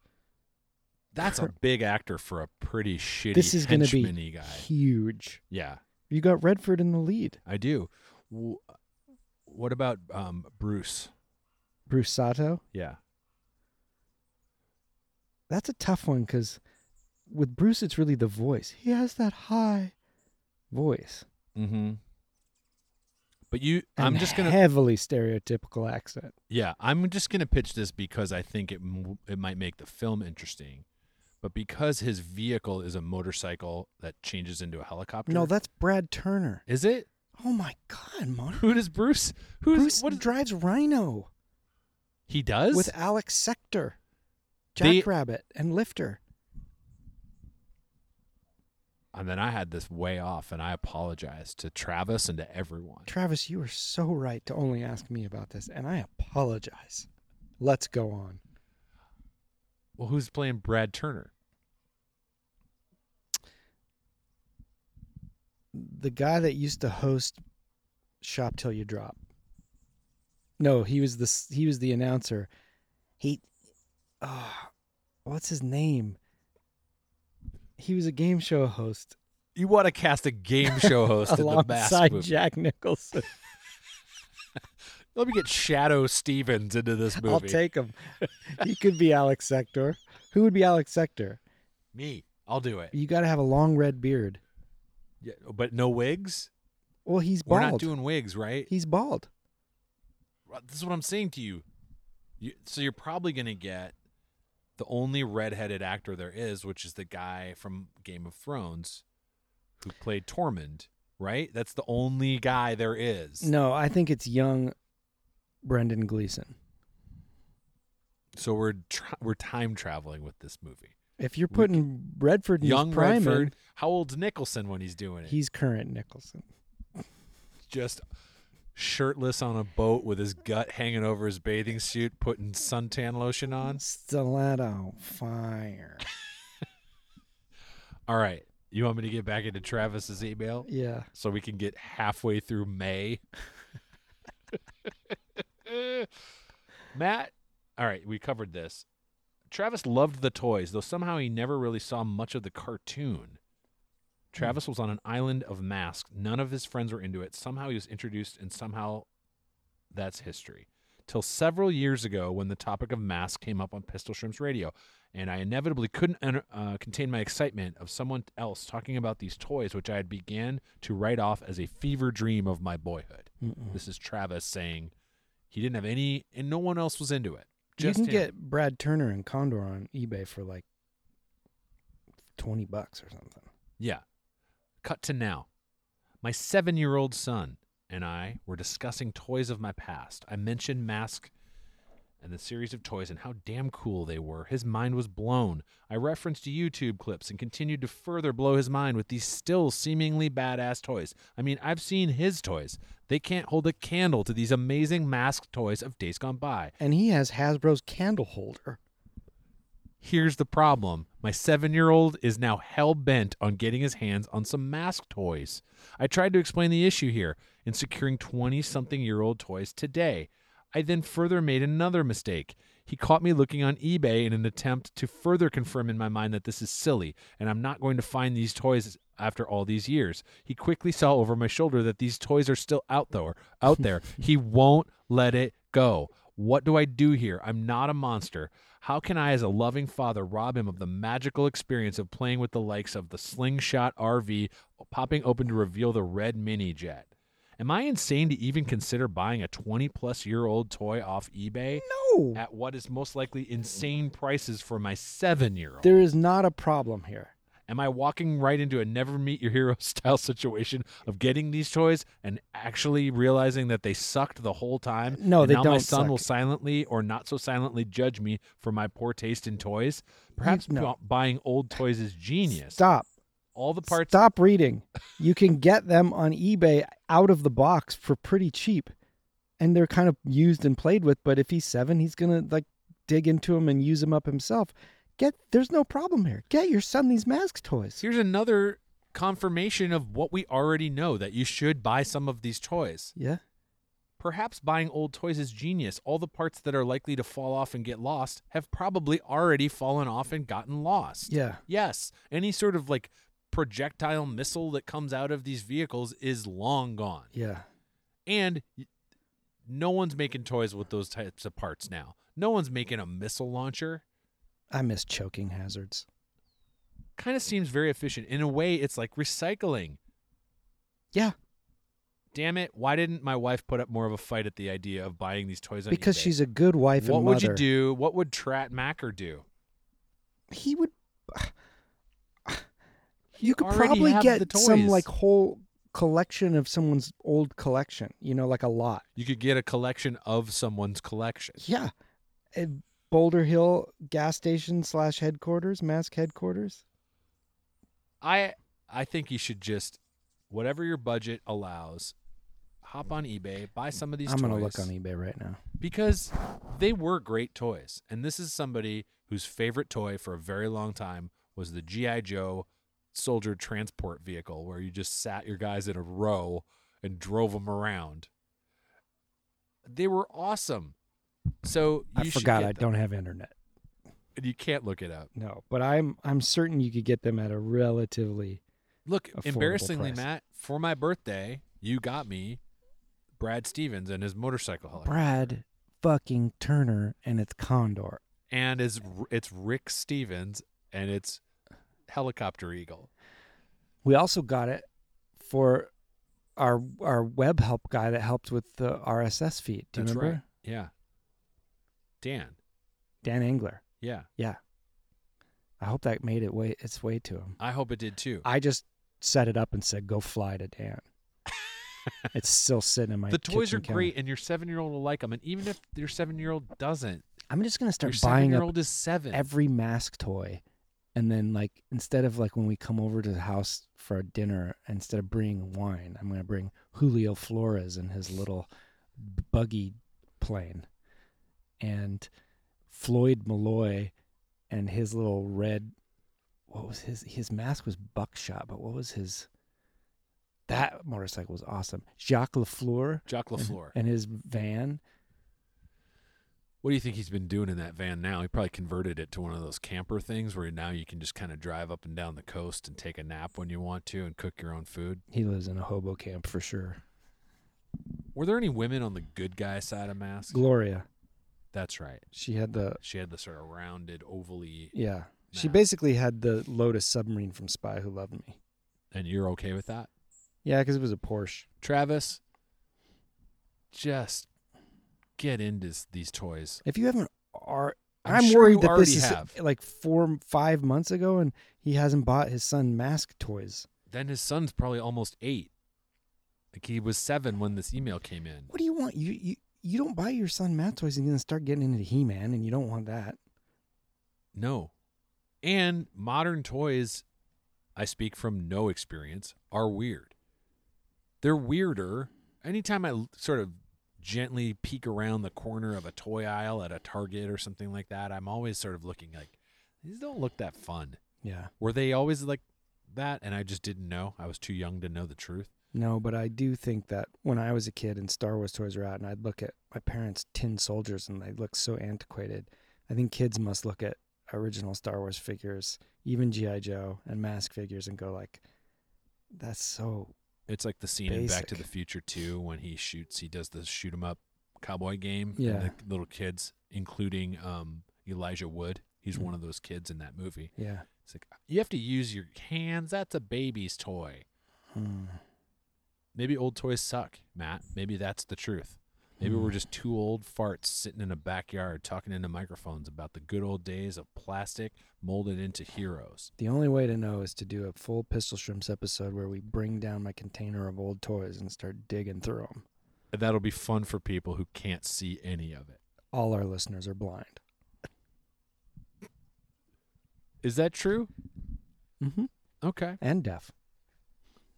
That's (laughs) a big actor for a pretty shitty This is gonna be henchman-y guy. huge. Yeah, You got Redford in the lead. I do. W- What about um, Bruce? Bruce Sato. Yeah. That's a tough one because with Bruce, it's really the voice. He has that high voice. Mm-hmm. But you, and I'm just gonna. heavily stereotypical accent. Yeah, I'm just going to pitch this because I think it m- it might make the film interesting. But because his vehicle is a motorcycle that changes into a helicopter. No, that's Brad Turner. Is it? (laughs) Oh my God, Mona. Who does Bruce? Who's Bruce what is- drives Rhino he does? with Alex Sector, They- Jackrabbit, and Lifter. and then I had this way off and I apologize to Travis and to everyone. Travis, you are so right to only ask me about this, and I apologize. Let's go on. Well, who's playing Brad Turner? The guy that used to host Shop Till You Drop. No, he was the s- he was the announcer. He, uh, what's his name? He was a game show host You want to cast a game show (laughs) host in the mask alongside movie. Jack (laughs) Nicholson. Let me get Shadow Stevens into this movie. I'll take him. he could be Alex Sector. Who would be Alex Sector? me. I'll do it. You got to have a long red beard. Yeah, but no wigs? Well, he's We're bald. not doing wigs, right? he's bald. Right, this is what I'm saying to you. you so you're probably going to get the only redheaded actor there is, which is the guy from Game of Thrones who played Tormund, right? That's the only guy there is. No, I think it's young Brendan Gleeson. So we're tra- we're time traveling with this movie. If you're putting Redford in Young his prime, Redford, how old's Nicholson when he's doing in, it? he's current Nicholson. just shirtless on a boat with his gut hanging over his bathing suit, putting suntan lotion on. Stiletto fire. All right, you want me to get back into Travis's email? Yeah. so we can get halfway through May. (laughs) Matt, all right, we covered this. Travis loved the toys, though somehow he never really saw much of the cartoon. Travis was on an island of masks. None of his friends were into it. Somehow he was introduced, and somehow that's history. Till several years ago, when the topic of masks came up on Pistol Shrimp's radio, and I inevitably couldn't enter, uh, contain my excitement of someone else talking about these toys, which I had began to write off as a fever dream of my boyhood. This is Travis saying he didn't have any, and no one else was into it. Just you him. can get Brad Turner and Condor on eBay for like twenty bucks or something. Yeah. Cut to now. My seven year old son and I were discussing toys of my past. I mentioned Mask and the series of toys and how damn cool they were. His mind was blown. I referenced YouTube clips and continued to further blow his mind with these still seemingly badass toys. I mean, I've seen his toys. They can't hold a candle to these amazing mask toys of days gone by. And he has Hasbro's candle holder. Here's the problem. My seven year old is now hell bent on getting his hands on some mask toys. I tried to explain the issue here in securing 20 something year old toys today. I then further made another mistake. He caught me looking on eBay in an attempt to further confirm in my mind that this is silly and I'm not going to find these toys after all these years. He quickly saw over my shoulder that these toys are still out there. Out there. he won't let it go. What do I do here? I'm not a monster. How can I, as a loving father, rob him of the magical experience of playing with the likes of the slingshot RV popping open to reveal the red mini jet? Am I insane to even consider buying a 20 plus year old toy off eBay No. at what is most likely insane prices for my seven year old? There is not a problem here. Am I walking right into a never meet your hero (laughs) style situation of getting these toys and actually realizing that they sucked the whole time? No, and they now my don't son suck. will silently or not so silently judge me for my poor taste in toys. Perhaps no. bu- buying old toys is genius. Stop. All the parts. Stop reading. You can get them on eBay out of the box for pretty cheap, and they're kind of used and played with. But if he's seven, he's gonna like dig into them and use them up himself. Get there's no problem here. Get your son these mask toys. Here's another confirmation of what we already know that you should buy some of these toys. Yeah, Perhaps buying old toys is genius. All the parts that are likely to fall off and get lost have probably already fallen off and gotten lost. Yeah. Yes, any sort of like projectile missile that comes out of these vehicles is long gone. Yeah. And y- no one's making toys with those types of parts now. No one's making a missile launcher. I miss choking hazards. Kind of seems very efficient. In a way, it's like recycling. Yeah. Damn it, why didn't my wife put up more of a fight at the idea of buying these toys on Because eBay? she's a good wife What and would mother. you do? What would Trat Macker do? He would. You could already probably have the get some toys. like whole collection of someone's old collection. You know, like a lot. You could get a collection of someone's collection. Yeah. At Boulder Hill gas station slash headquarters, mask headquarters. I I think you should just whatever your budget allows, hop on eBay, buy some of these I'm toys. gonna look on e- eBay right now. because they were great toys. And this is somebody whose favorite toy for a very long time was the G.I. Joe soldier transport vehicle, where you just sat your guys in a row and drove them around. They were awesome. So you I should forgot get I them. don't have internet. And You can't look it up. No, but I'm I'm certain you could get them at a relatively Look, Affordable embarrassingly, price. Matt, for my birthday, you got me Brad Stevens and his motorcycle helicopter. Brad fucking Turner and it's Condor. and is it's Rick Stevens and it's helicopter eagle. We also got it for our our web help guy that helped with the RSS feed. Do you That's remember? right. Yeah. Dan. Dan Engler. Yeah. Yeah. I hope that made it way its way to him. I hope it did too. I just set it up and said, "Go fly to (laughs) Dan." it's still sitting in my. the toys are kitchen great counter. and your seven year old will like them. And even if your seven year old doesn't, I'm just gonna your start seven buying year up old is seven. every mask toy, and then like instead of like when we come over to the house for dinner, instead of bringing wine, I'm gonna bring Julio Flores and his little buggy plane, and Floyd Malloy and his little red. What was his? His mask was buckshot, but what was his? That motorcycle was awesome. Jacques Lafleur Jock LaFleur. and his van. What do you think he's been doing in that van now? He probably converted it to one of those camper things where now you can just kind of drive up and down the coast and take a nap when you want to and cook your own food. He lives in a hobo camp for sure. Were there any women on the good guy side of Mask? Gloria, That's right. she had the She had the sort of rounded, ovally, Yeah. She Nah. basically had the Lotus submarine from Spy Who Loved Me. and you're okay with that? Yeah, because it was a Porsche. Travis, just get into s- these toys. If you haven't, are I'm I'm, sure you worried that already this is have. like four, five months ago, and he hasn't bought his son mask toys. Then his son's probably almost eight. Like he was seven when this email came in. What do you want? You you you don't buy your son mask toys, and you're gonna start getting into He Man, and you don't want that. No. And modern toys, I speak from no experience, are weird. They're weirder. Anytime I l- sort of gently peek around the corner of a toy aisle at a Target or something like that, I'm always sort of looking like, these don't look that fun. Yeah. Were they always like that? And I just didn't know. I was too young to know the truth. No, but I do think that when I was a kid and Star Wars toys were out, and I'd look at my parents' tin soldiers and they look so antiquated, I think kids must look at original Star Wars figures, even G.I. Joe and mask figures, and go like, that's so. It's like the scene in Back to the Basic. Future 2 when he shoots, he does the shoot 'em up cowboy game. and Yeah. the little kids, including um, Elijah Wood. He's Mm-hmm. one of those kids in that movie. Yeah. It's like, you have to use your hands. That's a baby's toy. Hmm. Maybe old toys suck, Matt. Maybe that's the truth. Maybe Hmm. we're just two old farts sitting in a backyard talking into microphones about the good old days of plastic molded into heroes. The only way to know is to do a full Pistol Shrimps episode where we bring down my container of old toys and start digging through them. And that'll be fun for people who can't see any of it. All our listeners are blind. Is that true? Mm-hmm. Okay. And deaf.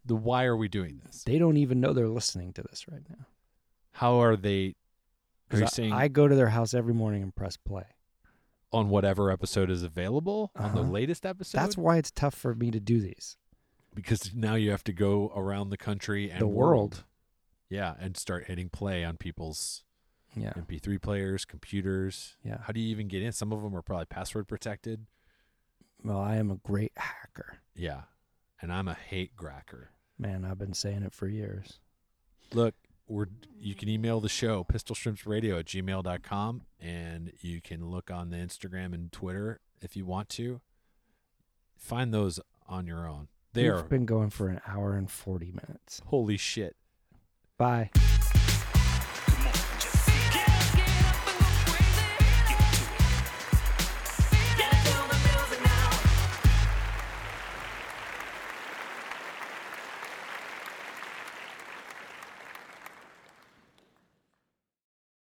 The why are we doing this? They don't even know they're listening to this right now. How are they? Are 'Cause you I- saying I go to their house every morning and press play. on whatever episode is available on the Uh-huh. latest episode? That's why it's tough for me to do these. because now you have to go around the country and The world. Yeah, and start hitting play on people's Yeah. MP3 players, computers. Yeah. How do you even get in? Some of them are probably password protected. Well, I am a great hacker. Yeah. And I'm a hate gracker. Man, I've been saying it for years. Look, we're you can email the show, pistolshrimpsradio at gmail.com, and you can look on the Instagram and Twitter if you want to. Find those on your own. They We've are been going for an hour and 40 minutes. holy shit. Bye.